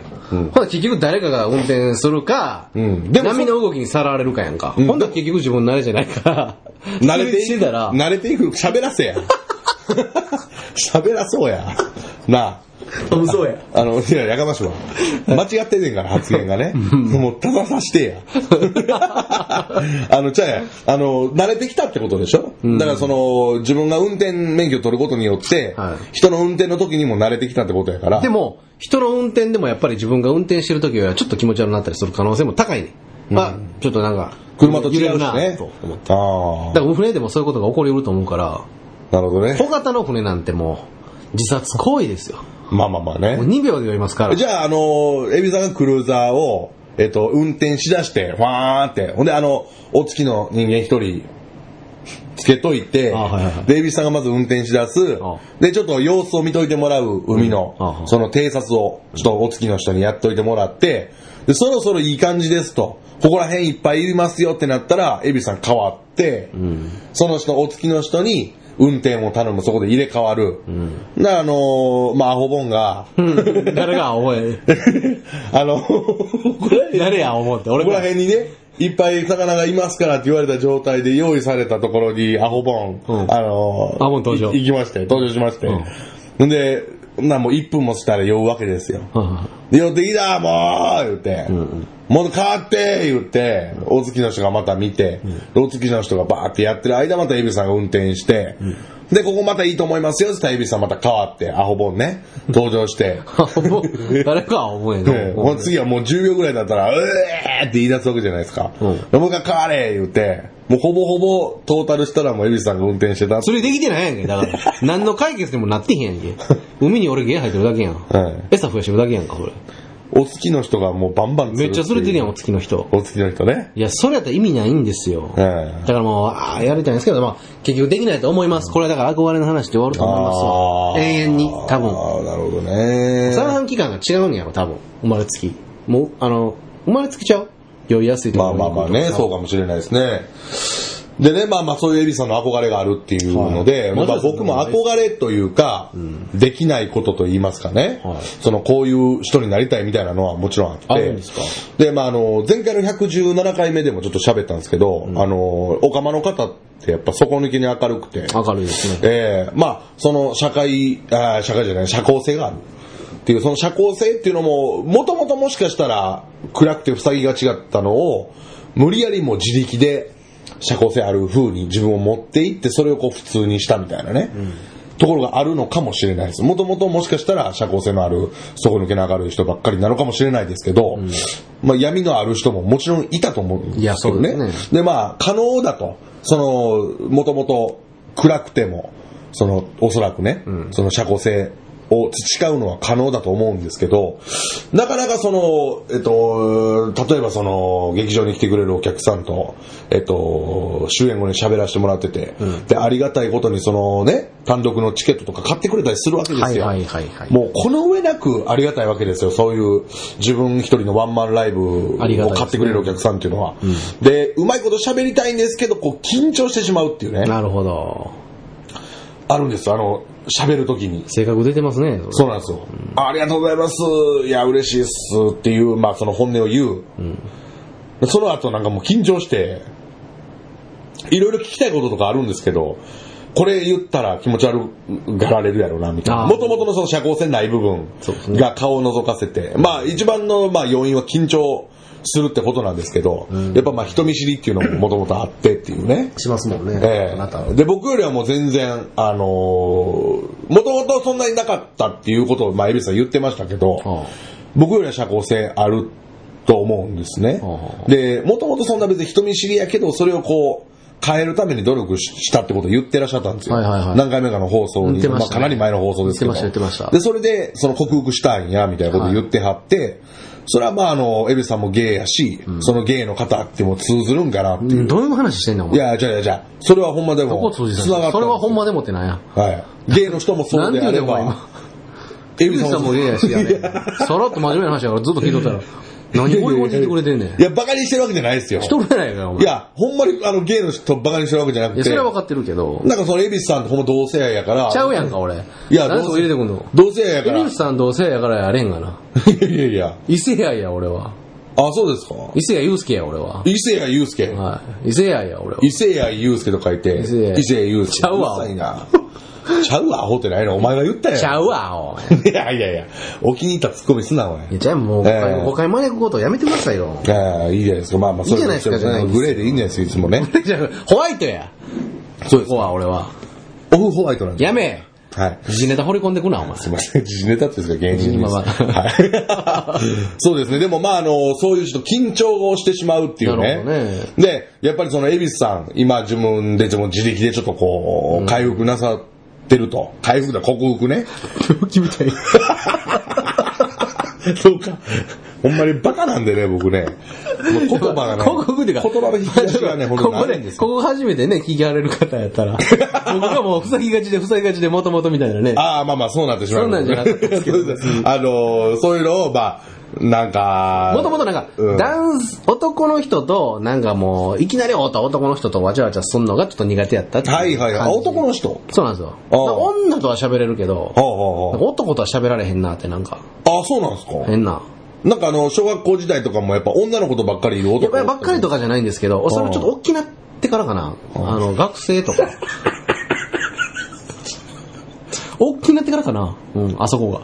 ほな結局誰かが運転するか、
うんでもそ
波の動きにさらわれるかやんか。
ん
ほんと結局自分慣れじゃないから、
慣れてい
釣りしてたら、
慣れていく、喋らせや。喋らそうや。なあ。
飛ぶそうや。
あの、いや、やかましいわ。間違ってんねんから、発言がね。もう、たださしてや。 [LAUGHS] あの、ちゃうや、あの、慣れてきたってことでしょ、だから、その、自分が運転免許取ることによって、
はい
人の運転の時にも慣れてきたってことやから。
でも、人の運転でもやっぱり自分が運転してる時よりはちょっと気持ち悪くなったりする可能性も高いね。あ、ちょっとなんか、
車と違うしね
揺れるなと思って。
あ
だから船でもそういうことが起こりうると思うから、
あ、なるほどね
小。型の船なんてもう、自殺行為ですよ。
まあまあまあね
もう。2秒で酔いますから。
じゃあ、あの、エビさんがクルーザーを、えっと、運転しだして、ファーンって、ほんで、あの、お月の人間一人、つけといて、
あはいはいはい
で、エビさんがまず運転しだす
あ、
で、ちょっと様子を見といてもらう、海
うんあは
の、
い
その偵察を、ちょっとお月の人にやっといてもらって、で、そろそろいい感じですと、ここら辺いっぱいいますよってなったら、エビさん変わって、
うん。
その人、お付きの人に運転を頼む、そこで入れ替わる。だからあのーまあ、アホボンが、
誰が、おい、
あの、こ
誰や、思って。俺
こ
が
ら辺にね、いっぱい魚がいますからって言われた状態で用意されたところにアホボン、
うん
あの
アホボン登場
い行きまして、登場しまして。ん、で、なもう1分もしたら酔うわけですよ。
うん
で酔ってきたもう言って、もう変わって言って、大月の人がまた見て、大月の人がバーってやってる間またエビさんが運転して、で、ここまたいいと思いますよって言ったらエビさんまた変わって、アホボンね、登場して。
思う誰か思え
で、この
の。
次はもう10秒ぐらいだったら、うえーって言い出すわけじゃないですか。
うん
でもう一回変われ言うて、もうほぼほぼトータルしたらもうエビさんが運転してた。
それできてないやんけ。だから、何の解決にもなってへんやんけ。海に俺ゲー入ってるだけやん。
はい
餌増やしてるだけやんか、これ。
お月の人がもうバンバン
めっちゃ釣れてるやん、お
お
月の人。
月の人ね。
いや、それやったら意味ないんですよ。だ
はい
からもう、ああ、やりたいんですけど、まあ、結局できないと思います。これはだから憧れの話で終わると思います
あ
わ。
ー
永遠に、多分。
ああ、なるほどね。
産卵期間が違うんやろ、多分。生まれつき。もう、あの、生まれつきちゃう酔いやすいと
ま
こ
あ
ろ
まあまあね、そうかもしれないですね。でね、まあまあそういうエビさんの憧れがあるっていうので、
はい
まあ僕も憧れというか、できないことと言いますかね、
はい
そのこういう人になりたいみたいなのはもちろんあって、
あるんですか
で、まああの、前回の117回目でもちょっと喋ったんですけど、あの、オカマの方ってやっぱ底抜けに明るくて、
明るいですね。
ええまあ、その社会、あー社会じゃない、社交性がある。っていう、その社交性っていうのも、もともともしかしたら暗くて塞ぎが違ったのを、無理やりもう自力で社交性ある風に自分を持っていって、それをこう普通にしたみたいなね。ところがあるのかもしれないです。もともともしかしたら社交性のある、底抜けの明るい人ばっかりなのかもしれないですけど、まあ闇のある人ももちろんいたと思うんですけどね。
いやそうですね
で、まあ、可能だと、その、もともと暗くても、その、おそらくね、その社交性を培うのは可能だと思うんですけど、なかなかその、えっと、例えばその、劇場に来てくれるお客さんと、えっと、終演後に喋らせてもらってて、で、ありがたいことにそのね、単独のチケットとか買ってくれたりするわけですよ。
はいはいはいはい
もうこの上なくありがたいわけですよ。そういう自分一人のワンマンライブを
ありがたいですね
買ってくれるお客さんっていうのは。で、うまいこと喋りたいんですけど、こう緊張してしまうっていうね。
なるほど。
あるんですよ。あの、喋るときに。
性格出てますね。
そうなんですよ。ありがとうございます。いや、嬉しいっすっていう、まあその本音を言う。その後なんかもう緊張して、いろいろ聞きたいこととかあるんですけど、これ言ったら気持ち悪がられるやろうな、みたいな。
あー
もともとのその社交性ない部分
そうですね
が顔を覗かせて、まあ一番のまあ要因は緊張するってことなんですけど、やっぱまあ人見知りっていうのももともとあってっていうね。
しますもんね。
ええ
あなた
で、僕よりはもう全然、あのー、もともとそんなになかったっていうことを、まあ、エビさん言ってましたけど、
ああ
僕よりは社交性あると思うんですね。
ああ
で、もともとそんな別に人見知りやけど、それをこう、変えるために努力ししたってことを言ってらっしゃったんですよ。
はいはいはい
何回目かの放送に、
言ってましたね
あ、かなり前の放送ですけど。
言ってました言っ
で、
てま
それで、その克服したいんや、みたいなことを言ってはって、それはまあ、あの、エビさんもゲイやし、そのゲイの方っても通ずるんかなっていう。
どういう話してんのお
い
前。
や、じゃあじゃあじゃあそれはほんまで
ど
も
こ、通じたの
がったんですよ
それはほんまでもってなんや。
はい。ゲイの人もそうであれ
なん
ば、エ
ゆうさんも
い
ゲイやしやね。さらっと真面目な話やからずっと聞いとったら、何を言ってくれてんねん。
や、バカにしてるわけじゃないですよ。
一人やないか、
い
お前。い
や、ほんまにあのゲイの人バカにしてるわけじゃなく
や、
て
それ、は分かってるけど。
なんかそのエビスさんとほんま同性愛やから、
ちゃうやんか、俺。
いや、
何そこ入れてくんの
同性愛やか
エ
ら。
ミルさん同性やからやれんがな。
いやいやいや、
異性愛や、俺は。
あ、そうですか。
伊勢谷祐介や、俺は。
伊勢谷祐介。
はい。伊勢谷や、俺は。
伊勢谷祐介と書いて、
伊勢谷
伊勢谷祐介。
ちゃうわ
るさいな。ちゃうわ、アホってないの。お前が言ったやん。
ちゃうわ、おい。
いやいやいや、お気に入ったツッコミすな、お前。
いや、じゃあもう誤
え
解、
え
誤解招くことやめてくださいよ。
ああ、いいじゃないですか。まあまあ、
いいじゃないです
それ
かじゃないです
グレーでいいんじゃないですか、いつもね。
じゃあホワイトや。
そうで
ここは俺は。
オフホワイトなんで。
やめ
はい。
時事ネタ掘り込んでくな、お前。
すいません、時事ネタっていうんですか、芸人です。
まあま
はい。そうですね、でもまあ、あの、そういうちょっと緊張をしてしまうっていう
な
ね。
るほどね
で、やっぱりその、恵比寿さん、今自分で、自分自力でちょっとこう、回復なさってると。回復だ、克服
[LAUGHS]
ね。
病 [LAUGHS] 気みたい。
そうか。ほんまにバカなんでね、僕ね。もう言葉がね。
広告っていうか、
言葉の引き出しがね、ほん
ことこ
ない
で、
んですよ
ここ初めてね、聞きられる方や
[LAUGHS]
ったら、僕がもう塞ぎがちで塞ぎがちでもともとみたいなね。
ああ、まあまあ、そうなってしまう。
そうなんじゃなかったですけど
そうです [LAUGHS] あのー、そういうのを、まあ、なんか、
もともとなんか、
うん
ダンス、男の人と、なんかもう、いきなりおった男の人とわちゃわちゃすんのがちょっと苦手やったっていう
はいはいはい。あ
感じ
男の人。ほう
そうなんですよ。
ああ
女とは喋れるけど、
ほうほ
男とは喋られへんなってなんか、
う。ああ、そうなんですか。
変な。
なんかあの、小学校時代とかもやっぱ女の子とばっかりいる
いや
男。
こればっかりとかじゃないんですけど、それちょっと大きなってからかな。あの、学生
[LAUGHS]
とか。大きくなってからかな。うん、あそこが。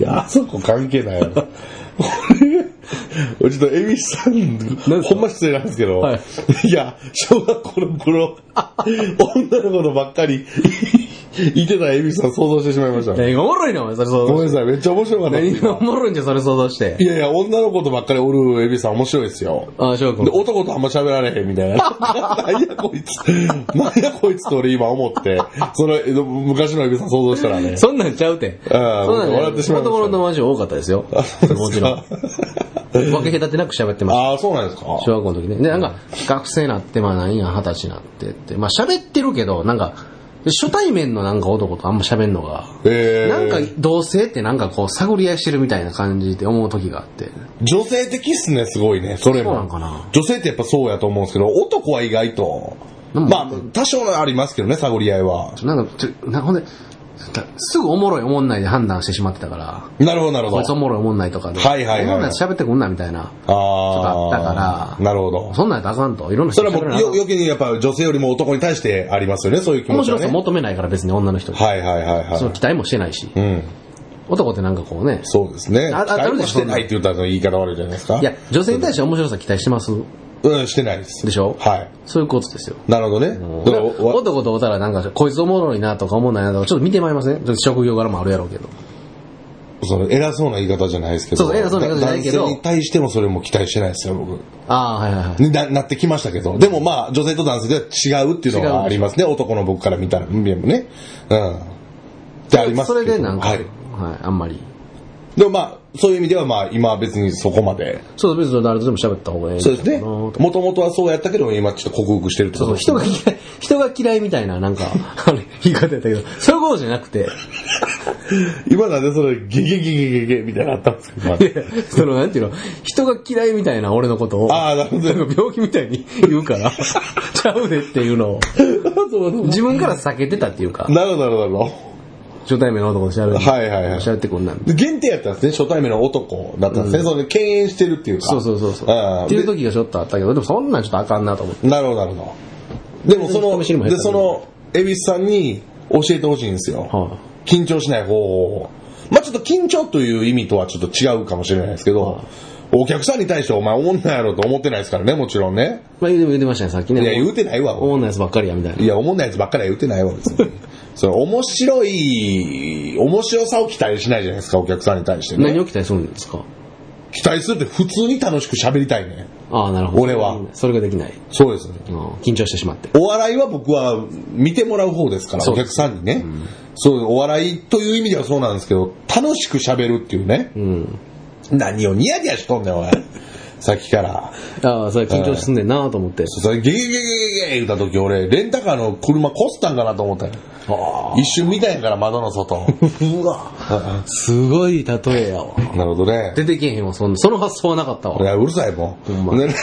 いや、あそこ関係ないやろ。 [LAUGHS] 俺ちょっと、エビさん、
か
ほんま失礼なんですけど、
はい
い、や、小学校の頃、女の子のばっかり、いてたエビさん想像してしまいました。
何がおもろいのお前、それ想
ごめんな
像して。
さい、めっちゃ面白かった。
何がおもろいんじゃ、それ想像して
い。やいや、女の子とばっかりおるエビさん面白いですよ。
あ、翔くん
で、。男とあんま喋られへんみたいな。 [LAUGHS] なんやこい
[LAUGHS]
つ。なんやこいつと俺今思って、その、え昔のエビさん想像したらね。
そんなんちゃうて。そん
ああ
なんじゃな
笑ってしまいました
男の友達多かったですよ。もちろん。分け隔てなく喋ってました。
ああ、そうなんですか。
小学校の時ね。で、なんか、学生なって、まあ何や、二十歳なってって。まあ喋ってるけど、なんか、初対面のなんか男とあんま喋んのが、
えー、
なんか同性ってなんかこう探り合いしてるみたいな感じで思う時があって。
女性的っすね、すごいね、それも。
そうなんかな
女性ってやっぱそうやと思うんですけど、男は意外と。
うん
まあ、多少ありますけどね、探り合いは。
なんか、ちょなんかほんで、すぐおもろいおもんないで判断してしまってたから、
なるほど、なる
こ
ほ
いつお
ど。
もろいおもんないとかで、
はいはいはい
おもんないやつ喋ってくんなみたい
あ
な。ちょっとあった
あ
から
なるほど。
そんなんやつあかんと。いろんな
そ
人
れはも
喋ら
う、
なあかん
よ、余計にやっぱ女性よりも男に対してありますよね、そういう気持
面
ちは
白
ね。
さ求めないから別に女の人に。
はいはいはい
その
は
期待もしてないし。
い。うん。
男ってなんかこうね、
そうですね。
ああ
期待
あるで
も
しょ
してないって言ったら言い方悪いじゃないですか。
いや、女性に対して面白さ期待してます
うん、してないです。
でしょ
はい。
そういうことですよ。
なるほどね。だからわ
男とおったらなんか、こいつおもろいなとか思んないなとか、ちょっと見てまいりません、ちょっと職業柄もあるやろうけど。
その偉そうな言い方じゃないですけど。
そうそう偉そうな言い方じゃないけど
男性に対してもそれも期待してないですよ、僕。
ああ、はいはいはい。
にななってきましたけど、でもまあ、女性と男性では違うっていうのがありますね、男の僕から見たら、見えもね。うん。ってあります
それでなんか、
は
はいい、。あんまり。
でもまあ、そういう意味ではまあ、今は別にそこまで。
そう、別に誰とでも喋った方がいい。
そうですね。
そ
もともとはそうやったけど、今ちょっと克服してるってこと
うそう、人が嫌い、人が嫌いみたいな、なんか、あの言い方やったけど、そういうことじゃなくて、
今なんでそれ、ゲゲゲゲゲゲみたいなのあったんです
[LAUGHS]
か
いやその、なんていうの、人が嫌いみたいな俺のことを、
ああ、なるほど。
なんか病気みたいに言
[LAUGHS]
うから、ちゃうでっていうのを、自分から避けてたっていうか、
なるほど、なるほど。
初対面の男と喋る。
はいはいはい
喋ってこんなん。
で限定やったんですね、初対面の男だったんですね。それで敬遠してるっていうか。
そうそうそうそう。
ああ
っていう時がちょっとあったけど、でもそんなんちょっとあかんなと思って。
なるほど、なるほど。でもそ
人
の、
見知りも減
で、
った
そ
ね
の、恵比寿さんに教えてほしいんですよ。
は
緊張しない方法を。まあちょっと緊張という意味とはちょっと違うかもしれないですけど、お客さんに対してお前おんないやろと思ってないですからね、もちろんね。
まあ、言うて言うてましたね、さっき
い
ね。
や、言うてないわ、。
思んないやつばっかりや、みたいない
や、思んないやつばっかりは言ってないわ、別に。その、面白い、面白さを期待しないじゃないですか、お客さんに対して
何
ね。
を期待するんですか
期待するって普通に楽しく喋りたいね。
ああ、なるほど。
俺は
それができない。
そうですね。
うん緊張してしまって。
お笑いは僕は見てもらう方ですから、
そ
お
うで
客
す
さんにね。そう、お笑いという意味ではそうなんですけど、楽しく喋るっていうね。
うん。
何をニヤニヤしとんねん、おい。さっきから。
ああ、それ緊張すんねんなと思って。
それ、ゲゲゲゲゲゲ言った時俺、レンタカーの車こすったんかなと思ったよ。
あ
一瞬見たんやから、窓の外。
うわすごい例えやわ。
なるほどね。
出てけえへんわ、そんな。その発想はなかった
い
わ。
や、うるさいも
ほんま
ん。ね [LAUGHS]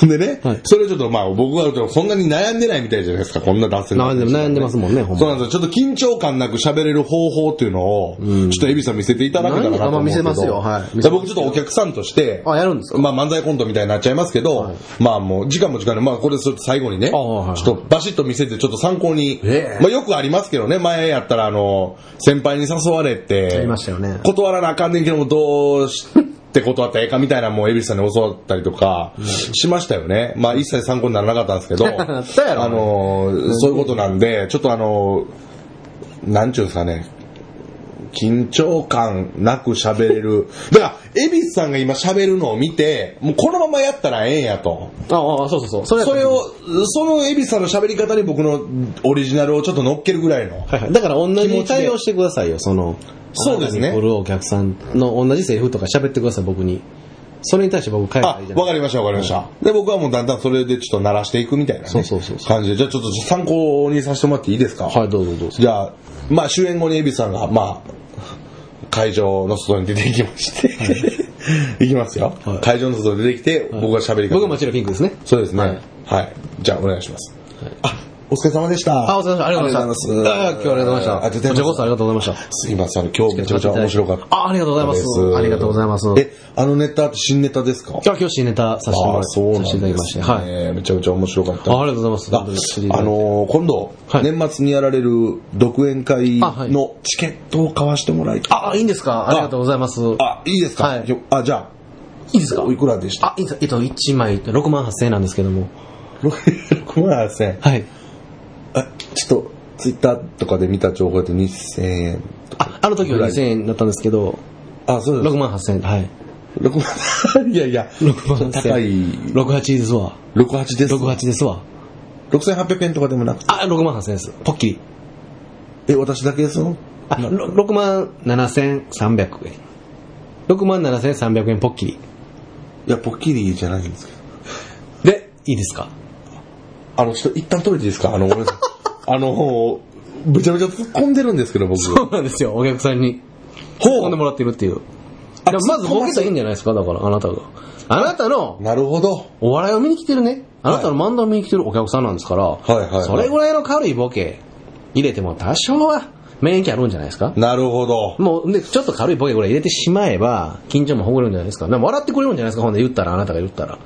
ほんでね、
はい
それをちょっとまあ僕はそんなに悩んでないみたいじゃないですか、こんな男性の
悩んで悩んでますもんね、ほん
そう
ま。
なんですよ。ちょっと緊張感なく喋れる方法っていうのを、
うん
ちょっとエビさん見せていただけたらなと思うんですけど。
何あまあ見せますよはい
じゃあ僕ちょっとお客さんとして、
あ、やるんですか
まあ漫才コントみたいになっちゃいますけど、
はい
まあもう時間も時間で、まあこれちょっと最後にね、ち
あはい
ょ
はい
っとバシッと見せてちょっと参考に、
ええ
まあよくありますけどね、前やったらあの、先輩に誘われて、
ありましたよね
断らなあかんねんけどもどうして断ったらええかみたいなのもエビさんに教わったりとかしましたよね。まあ一切参考にならなかったんですけど、
[LAUGHS] なったやろ
あのーそういうことなんで、ちょっとあのーなんちゅうんですかね、緊張感なく喋れる。 [LAUGHS] だから、エビスさんが今喋るのを見て、もうこのままやったらええんやと。
ああ、そうそうそう。それ
それを、そのエビスさんの喋り方に僕のオリジナルをちょっと乗っけるぐらいの。
はいはい。だから同
気持
じ
ちで
対応してくださいよ、その。
そうですね
あなたに来るお客さんの同じセリフとか喋ってください、僕に。それに対して僕返れば
あ
いいじ、ゃな
わ
い
かりました、わかりました。で、僕はもうだんだんそれでちょっと鳴らしていくみたいなね
そうそうそうそう
感じで、じゃあちょっと参考にさせてもらっていいですか
はい、どうぞどうぞ。
じゃあ、まあ、終演後にエビさんが、まあ、会場の外に出ていきまして、い、きますよ、
はい
会場の外に出てきて、僕が喋り方。
僕もちろんピンクですね。
そうですね、は
はいい。
じゃあ、お願いします。あ、お疲れ様でした。
あ、お疲れ様でした。ありがとうございます。あ今日はありがとうございました。
ありがとうございます
こちらこそありがとうございまし
すいません、今日めちゃめちゃ面白かった。
あありがとうございますありがとうございます
え、あのネタって新ネタですか
た。今日は新ネタさせてもら
あ
っ
あ、そうなんで
させ
す
ていただ
ね。
きまして。はい。
めちゃめちゃ面白かった。
あありがとうござ
あ
います。
あのー今度、
はい
年末にやられる独演会
あはい
のチケットを買わしてもらいたい。
あ、いいんですかありがとうございます。
あ、いいですか、
はい
よあ、じゃあ、
いいですか
おいくらでした
あ、いいですえっと、1枚、6万8000円なんですけども。
?6 万8000円。
はい。
あ、ちょっと、ツイッターとかで見た情報で2000円。
あ、あの時は2000円だったんですけど、
あ、そうです
6。万8000円。はい。
6万。い [LAUGHS] やいや、
6万
ちょっと高い。
68ですわ。
68です。
68ですわ。
6800円とかでもなくて。
あ、6万8000円です。ポッキリ。
え、私だけですの
あ、ろ6万7300円。6万7300円ポッキリ。
いや、ポッキリじゃないんですけど。
で、いいですか
あの、ちょっと一旦取れていいですかあの、ごめんなさい。あの、めちゃめちゃ突っ込んでるんですけど、僕。
そうなんですよ、お客さんに。
ほ
ほんでもらってるっていう。
あ
でもまずボケたらいいんじゃないですか、だから、あなたが。あなたの
なるほど。
お笑いを見に来てるね。あなたの漫談を見に来てるお客さんなんですから、
いはい
それぐらいの軽いボケ入れても多少は免疫あるんじゃないですか。
なるほど。
もう、で、ちょっと軽いボケぐらい入れてしまえば、緊張もほぐれるんじゃないですか。でも笑ってくれるんじゃないですか、ほんで言ったら、あなたが言ったら。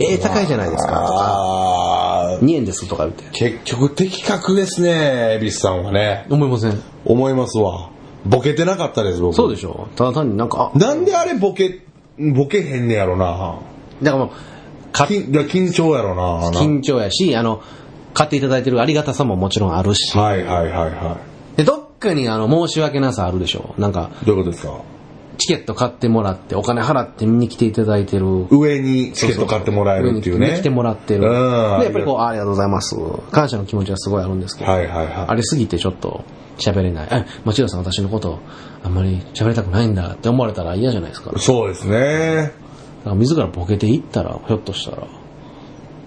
えー、高いじゃないですか、とか。
あー
2円ですとか言って。
結局的確ですね、エビスさんはね。
思いません。
思いますわ。ボケてなかったです、僕。
そうでしょただ単になんか、あ、
なんであれボケ、ボケへんねやろな。
だからもう、か
緊いや緊張やろな。
緊張やし、あの、買っていただいてるありがたさももちろんあるし、
はいはいはいは
で、どっかにあの、申し訳なさあるでしょなんか、
い。どういうことですか
チケット買ってもらって、お金払って見に来ていただいてる。
上にチケット買ってもらえるっていう
見
ね。
に来てもらって
う
る。で、
ん。
やっぱりこう、あありがとうございます。感謝の気持ちはすごいあるんですけど、
はいはいはい。
あれすぎてちょっと喋れない。え、町田さん私のこと、あんまり喋りたくないんだって思われたら嫌じゃないですか。だか
そうですね。
ら自らボケていったら、ひょっとしたら、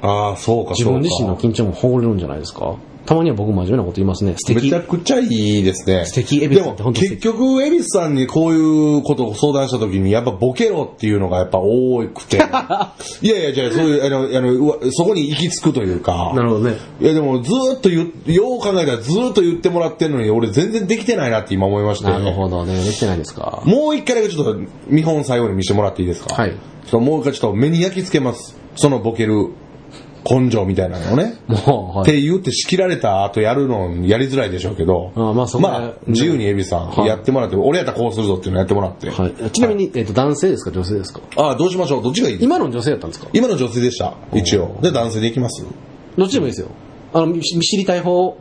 ああ、そうか、そうか。
自分自身の緊張もほぐれるんじゃないですか。たまには僕真面目なこと言いますね。素
め
敵
ちゃ。くちゃいいですね。
素敵恵
で
比寿さん
も
って本当に素
結
敵
局、エビスさんにこういうことを相談したときに、やっぱボケろっていうのがやっぱ多く
[LAUGHS]
て。いやいや、じゃあそういう、あの、あのうわそこに行き着くというか。
なるほどね。
いやでもずーっと言う、よう考えたらずーっと言ってもらってるのに、俺全然できてないなって今思いまして。
なるほどね。できてないですか。
もう一回だけちょっと見本最後に見せてもらっていいですか
はい。
ちょっともう一回ちょっと目に焼き付けます。そのボケる根性みたいなのをね。
も
っ
う、はい。
て言って仕切られた後やるのやりづらいでしょうけど、
ああまあそこは
自由にエビさん
はい
やってもらって、俺やったらこうするぞっていうのやってもらって。
はい、ちなみに、えっと、男性ですか女性ですか
ああ、どうしましょうどっちがいい
今の女性だったんですか
今の女性でした、一応。で、男性でいきます
どっちでもいいですよ。あの、み知りたい方。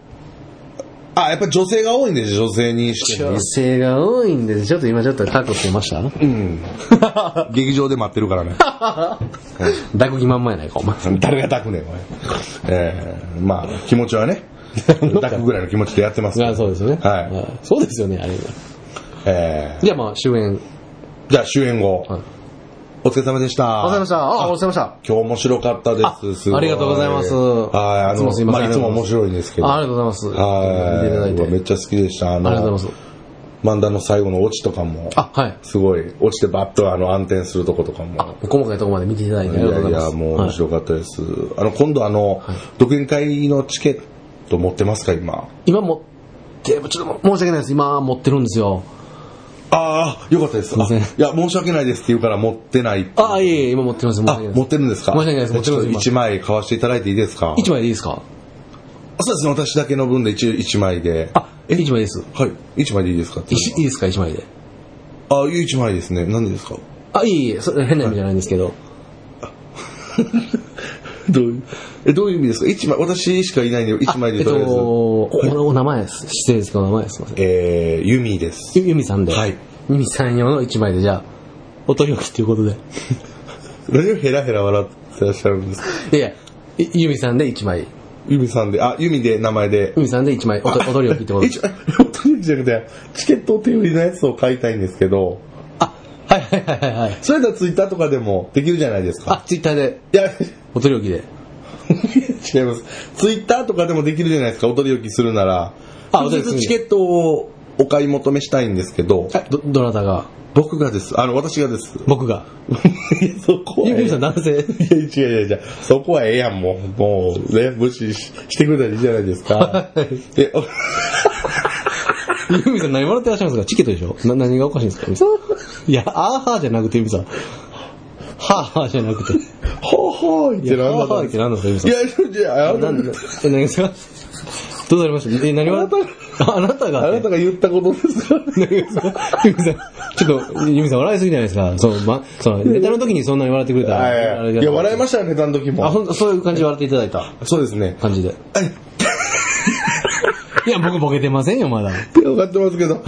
あ、やっぱり女性が多いんで、女性にしてもいい
女性が多いんで、ちょっと今ちょっとタコしてました
うん。劇場で待ってる
[LAUGHS]
からね。
抱く気満々やないか、お前。
誰が抱くねん、お前。ええまあ、気持ち
[LAUGHS]
はね、抱くぐらいの気持ちでやってますから。
そうですよね。
はい
そうですよね、あれが。
ええ
じゃあまあ、終演。
じゃあ、終演後、
はい
お疲れ様でした。
お疲れ様でした。あ、お疲れ様でした。
今日面白かったです。すごい
ありがとうございます
はい、あ
いつ
の、
もすいま
ま
せん
あ、いつも面白いんですけど。
あありがとうございます。
はい。
見ていただいて。
めっちゃ好きでした。あ
ありがとうご
の、
ざいます。
漫談の最後のオチとかも、
あ、はい。
すごい、落ちてバッとあの暗転するとことかも。
細かいところまで見ていただい
い
てありがと
や
うご
い
ざいま
や、
す。
もう面
はい
白かったです。あの、今度あの、独演会のチケット持ってますか、今。
今持って、ちょっと申し訳ないです。今持ってるんですよ。
ああ、よかったです。
いません
あいや、申し訳ないですって言うから持ってない。
あ、あいえいえ、今持ってます。申し
あ
訳ない、です
持ってるんですか
申し訳ないです持ってます
ちょっと一枚買わせていただいていいですか
一枚でいいですか
あそうですね、私だけの分で一一枚で。
あ、え、一枚です。
はい。一枚でいいですか
いしいいですか、一枚で。
あ、いい一枚ですね。何でですか
あ、いえいえ、それ変な意味じゃないんですけど。
どういう、え、どういう意味ですか一枚、私しかいないんで、一枚
え
で
っ
と
と、
りあえず。
おおお名前です。失礼ですけど、お名前です。すいません。
えー、ユミです。
ゆゆみさんで。
はい。
ゆみさん用の一枚で、じゃあ、お取り置きということで。
何をヘラヘラ笑ってらっしゃるんですか
いやいや、ゆゆみさんで一枚。
ユミさんで、あ、ユミで名前で
ゆ。みさんで一枚、おとお取り置きってことで
一。 [LAUGHS] 枚、本当にじゃなくて、チケットお手売りのやつを買いたいんですけど、
あ、はいはいはいはいはい。
それだったらツイッターとかでもできるじゃないです
あ
か。、
ツイッターで、
いや、 [LAUGHS]
お取り置きで。
違います。ツイッターとかでもできるじゃないですか、お取り置きするなら。
あ
直接
お取り置き
チケットをお買い求めしたいんですけど、
ど、どなたが、
僕がです。あの、私がです。 [LAUGHS]
僕が。
いやそこはえ
ゆ
え
みさん男性。
いや、違う違う違う。そこはええやん、もう。もう、ね、無視ししてくれたらいいじゃないですか。で、お
ゆみさん何笑ってらっしゃいますかチケットでしょな何がおかしいんですかゆみさんいや、あーはーじゃなくて、ゆみさん。はーはーじゃなくて。
ほうほういってな
は
んだ
ーは
か
ー
い
って何なんですかゆみさ
や、
ん。
いや、あなた
なんで、え、何ですかどうされましたえ、何
あ
は
なた
あなたが。
あなたが言ったことですから
何ですかゆみさん、ちょっと、ゆみさん笑いすぎじゃないですか。そう、ま、その、ネタの時にそんなに笑ってくれたら。あ
は
れ
い。
だ
いや、笑いま
し
したよ、ネタの時
あ、
も。
ほんと、そういう感じで笑っていただいた
そうですね。
感
[LAUGHS]
じで。
はい。
いや、僕ボケてませんよ、まだ。は
手を買ってますけど。
い。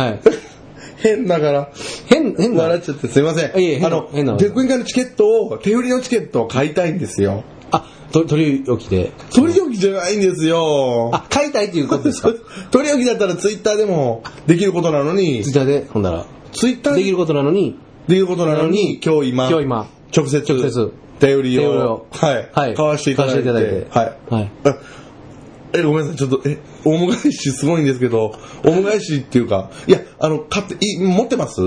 変だから。
変、変な。
笑っちゃってすいません。
いえ変な
あの、
変な
デクイン会のチケットを、手売りのチケットを買いたいんですよ。
あ、と取り置きで。
取り置きじゃないんですよ。
あ、買いたいっていうこ
[LAUGHS]
とですか
取り置きだったらツイッターでもできることなのに
ツイ、ッターで、ほんなら。
ツイッター
で
で
きることなのに、
できることなのに、今日今、
今日今、
直接、
直接
手売り
手売り
を
を、
はい、
はい
買わせていただいて、
買わせていただいて
は
はいい。
あえ、ごめんなさい、ちょっと、え、オウム返しすごいんですけど、オウム返しっていうか、いや、あの、買って、い持ってます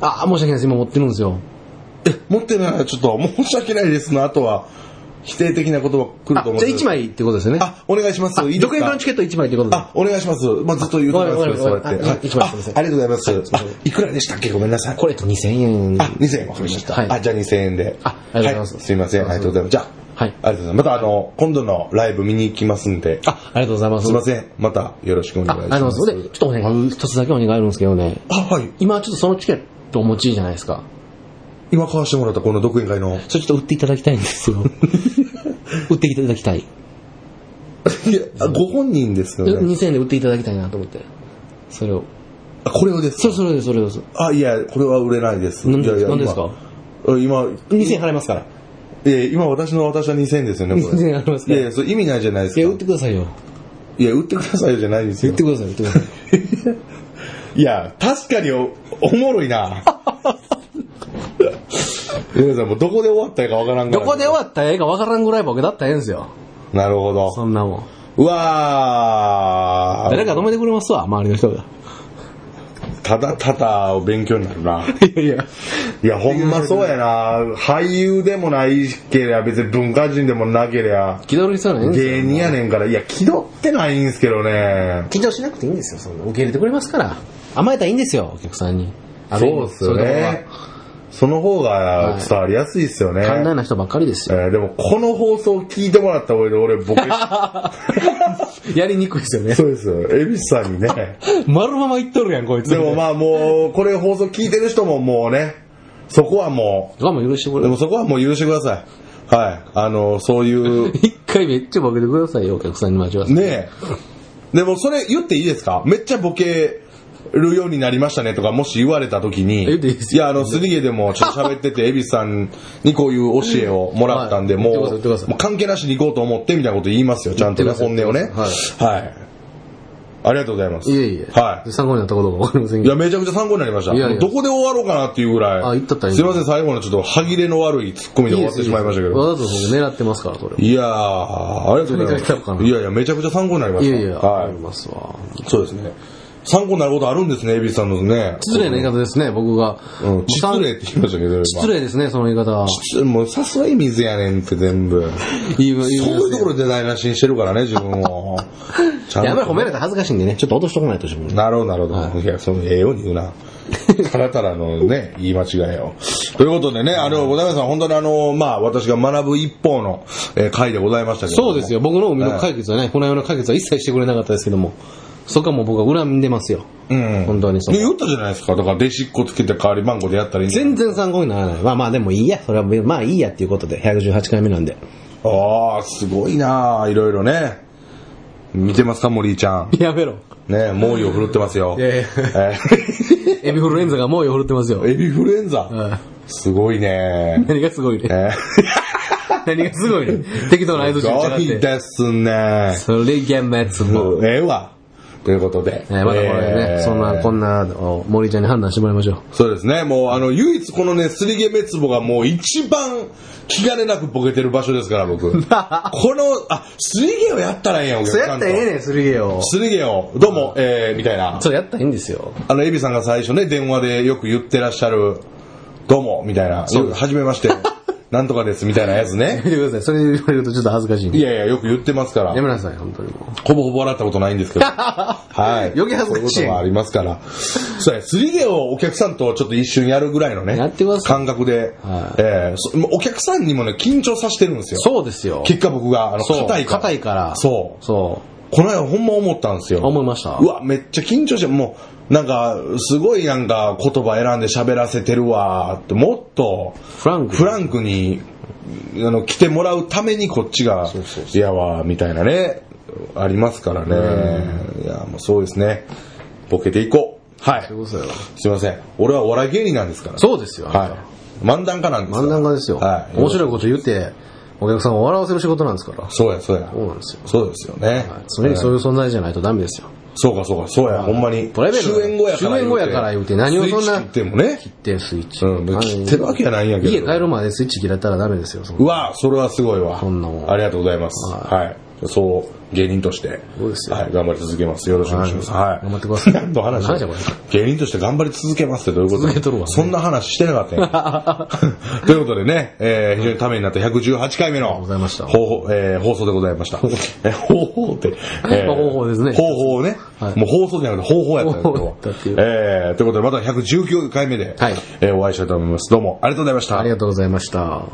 あ、申し訳ないです。今持ってるんですよ。
え、持ってないならちょっと、申し訳ないですの後は、否定的な言葉来る
あ、
と思うん
じゃあ
で
1。枚ってことですよね。
あ、お願いします。いいです
独演
か
会のチケット1枚ってことで。
あ、お願いします。まあ、ずっと言うと思いますけど、そう
わ
や
か
っ
り
て。
ました
は
わかりまし
い
た一枚すいません
あありがとうございます。
はい
あいくらでしたっけごめんなさい。
これと2000円。
あ、2000円わかりました。
はい
あ、じゃあ2000円で。
あありがとうございます
はすいません。ありがとうございます。じゃあ、
はい
ありがとうございます。またあの、今度のライブ見に行きますんで。
あ、ありがとうございます。
すいま
ん。
せん。またよろしくお
あ、
願
あ
い
り
し
がとう
ま
ご
す
ざい。ます。で、ちょっとお願い、一つだけお願いあるんですけどね。
あ、はい。
今ちょっとそのチケットお持ちじゃないですか。
今買わしてもらったこの独演会
[LAUGHS]
の。
それちょっと売っていただきたいんです [LAUGHS] よ。売っていただきたい。
いや、あご本人ですよね。
2000円で売っていただきたいなと思って。それを。
あ、これをです
そ。れそれです、それです。
あ、いや、これは売れないです。
なん
いやいや
なんですか
今、今
2000円払いますから。
いや今私の私は2000ですよね、これ。
2000払います
い
から
やいや、それ意味ないじゃないです
い
か。
や、売ってくださいよ。
いや、売ってくださいよじゃないんです
売
よ
って。ください、売って [LAUGHS] ください。
いや、確かにおおもろい
[LAUGHS]
な。皆さんもうどこで終わったかわからんから
どこで終わったらええかわからんぐらいボケだったらええんですよ。
なるほど。
そんなもん。
うわー。
誰か止めてくれますわ、周りの人が。
ただただ勉強になるな。
いやいや。
いや、ほんまそうやな。俳優でもないけりゃ、別に文化人でもなけりゃ、
気取り必要ないんですよ。
芸人やねんから、いや、気取ってないんすけどね。
緊張しなくていいんですよ、そんな。受け入れてくれますから。甘えたらいいんですよ、お客さんに。あの
そうっすよ
そういう
ね
とこ。
その方が伝わりやすいっすよね。
は寛大な人ばっかり
[LAUGHS]
ですよ。
えーでも、この放送聞いてもらった上で俺、ボケ、
やりにくいですよね。
そうです [LAUGHS] よ。恵比寿さんにね。
[LAUGHS] 丸まま言っとるやん、こいつ。
でもまあもう、これ放送聞いてる人ももうね、そこはも
あ。我慢許してく
う、
れ
[LAUGHS] で。もそこはもう許してください。はい。あの、そう
[LAUGHS]
いう、
一回めっちゃボケてくださいよ、お客さんに交わせて。
ねえ。でもそれ言っていいですかめっちゃボケるようになりましたねとか、もし言われた時に、
言っていいです
や、あの、スリゲでもちょっと喋ってて、恵比寿さんにこういう教えをもらったんで、
はい
もう、
言ってください言ってください
もう関係なしに行こうと思ってみたいなこと言いますよ、ちゃんとね、
言
本音
って
を
く
ね
だ。
はい。ありがとうございます。
いえいえ。
はい。
参考になったことがわかりません
い
け
や、
ど。
めちゃくちゃ参考になりました。
いやいや
どこで終わろうかなっていうぐらい。
あ言っとったらいい
すいません、最後のちょっと歯切れの悪い突っ込みで終わってしまいましたけど。
わざと僕狙ってますから、それを。
いやー、ありがとうござい
とにかく来たの
ま
か
す。
ない
やいや、めちゃくちゃ参考になりま
い
した。
やいや、
は
ありますわ。
い。そうですね。参考になることあるんですね、エビさんのね。
失礼な言い方ですね、僕が。
うん、失礼って言いましたけど、
失礼ですね、その言い方は。
礼。もうさすがに水やねんって全
[LAUGHS]
部。
言い言い
そういうところで台無しにしてるからね、自分
[LAUGHS]
を。ちゃんと
やっぱり褒められたら恥ずかしいんでね、ちょっと落としとかないと自分。
なるほど、なるほど。い、や、その、ええように言う
[LAUGHS]
な。たらたらのね、言い間違いを。ということでね、あの、小田さん、本当にあの、まあ、私が学ぶ一方の、えー回でございましたけども
そうですよ、僕の海の解決はね、この世の解決は一切してくれなかったですけども、そこはもう僕は恨んでますよ。
うん。
本当にそう
で、言ったじゃないですか。だから、弟子っ子つけて代わり番号でやったらいい。
全然参考にならない。まあまあでもいいや、それはまあいいやっていうことで、118回目なんで。
ああ、すごいなあいろいろね。見てますか、森井ちゃん。
やめろ。
ね猛威を振るってますよ。
いやいや
えー
[LAUGHS] エビフルエンザが猛威を振るってますよ。
[LAUGHS] エビフルエンザ。
うん
すごいね
何がすごいね。 [LAUGHS]
えー
何がすご [LAUGHS] いね。適当な合図
す
しちゃ
ご
っ
い
て。
ですね
それがめつぼ。
もうええわ。ということで。
えーまだこれ
え
ね、
ー
そんな、こんなのを森ちゃんに判断してもら [LAUGHS] いましょ
そうですね。もう、あの、唯一このね、すりげめつぼがもう一番気兼ねなくボケてる場所ですから、
[LAUGHS]
僕。この、あ、すりげをやったらええやん、お
う。
客さ
そうんやったらええねん、すりげよ。
すりげを、どうも、えー、みたいな。
そうやったらいいんですよ。
あの、エビさんが最初ね、電話でよく言ってらっしゃる、どうも、みたいな。よくはじめま
[LAUGHS]
して、なんとかです、みたいなやつね
見。てください。それ言われるとちょっと恥ずかしいんで
いやいや、よく言ってますから
や。めなさい、本当にもう。
ほぼほぼ笑ったことないんです
[LAUGHS]
けど。はい。
余計恥ずかしい
そういうこともありますから。そうや、すり毛をお客さんとちょっと一瞬やるぐらいのね。
やってます
感覚で。
はい
ええそもうお客さんにもね、緊張させてるんですよ。
そうですよ。
結果僕が、あの、
そう
硬いから。
硬いから
そう。
そ
この間ほんま思ったんですよ。
思いました
うわ、めっちゃ緊張して、もう、なんか、すごいなんか言葉選んで喋らせてるわーって、もっと、
フランクに
フランクに、あの、来てもらうためにこっちが
そうそう、
いやわー、みたいなね、ありますからね。いや、もうそうですね。ボケていこう。は
う。そうい
い。
うことよ。
すいません。俺はお笑い芸人なんですから。
そうですよ。
はい。漫談家なんです
漫談家ですよ。
はい。
面白いこと言って、お客さんを笑わせる仕事なんですから。
そうや、そうや。
そうなんですよ。
そうですよね。
常にそういう存在じゃないとダメですよ。
そうかそうか、そうや、ほんまに。
プライベート
終演後やから言うて。
終演後やから言うて何をそんな
スイッチ切ってもね。
切ってスイッチ。
うん、切ってるわけやないんやけど。
家帰るまでスイッチ切られたらダメですよ。そんな
うわそれはすごいわ。
そんなもん
ありがとうございます。
は
はい。そう、芸人として。
そうですよ
はい、頑張り続けます。よろしくお願いします。
はい
はい。
頑張ってください
何の話
何じゃこ
芸人として頑張り続けますってどういうこと
続けとるわ
そんな話してなかったんや [LAUGHS] ということでね、えー非常にためになった118回目の。
りがとうございました
方法、えー放送でございました。え、方法っ
[LAUGHS]
て。えー
まあ方法ですね
方法ね
は。い
もう放送じゃなくて方法やったんやけ
方法や
ど
ったっていう
えーということで、また119回目で、
はい
えーお会いしたいと思います。どうもありがとうございました。
ありがとうございました。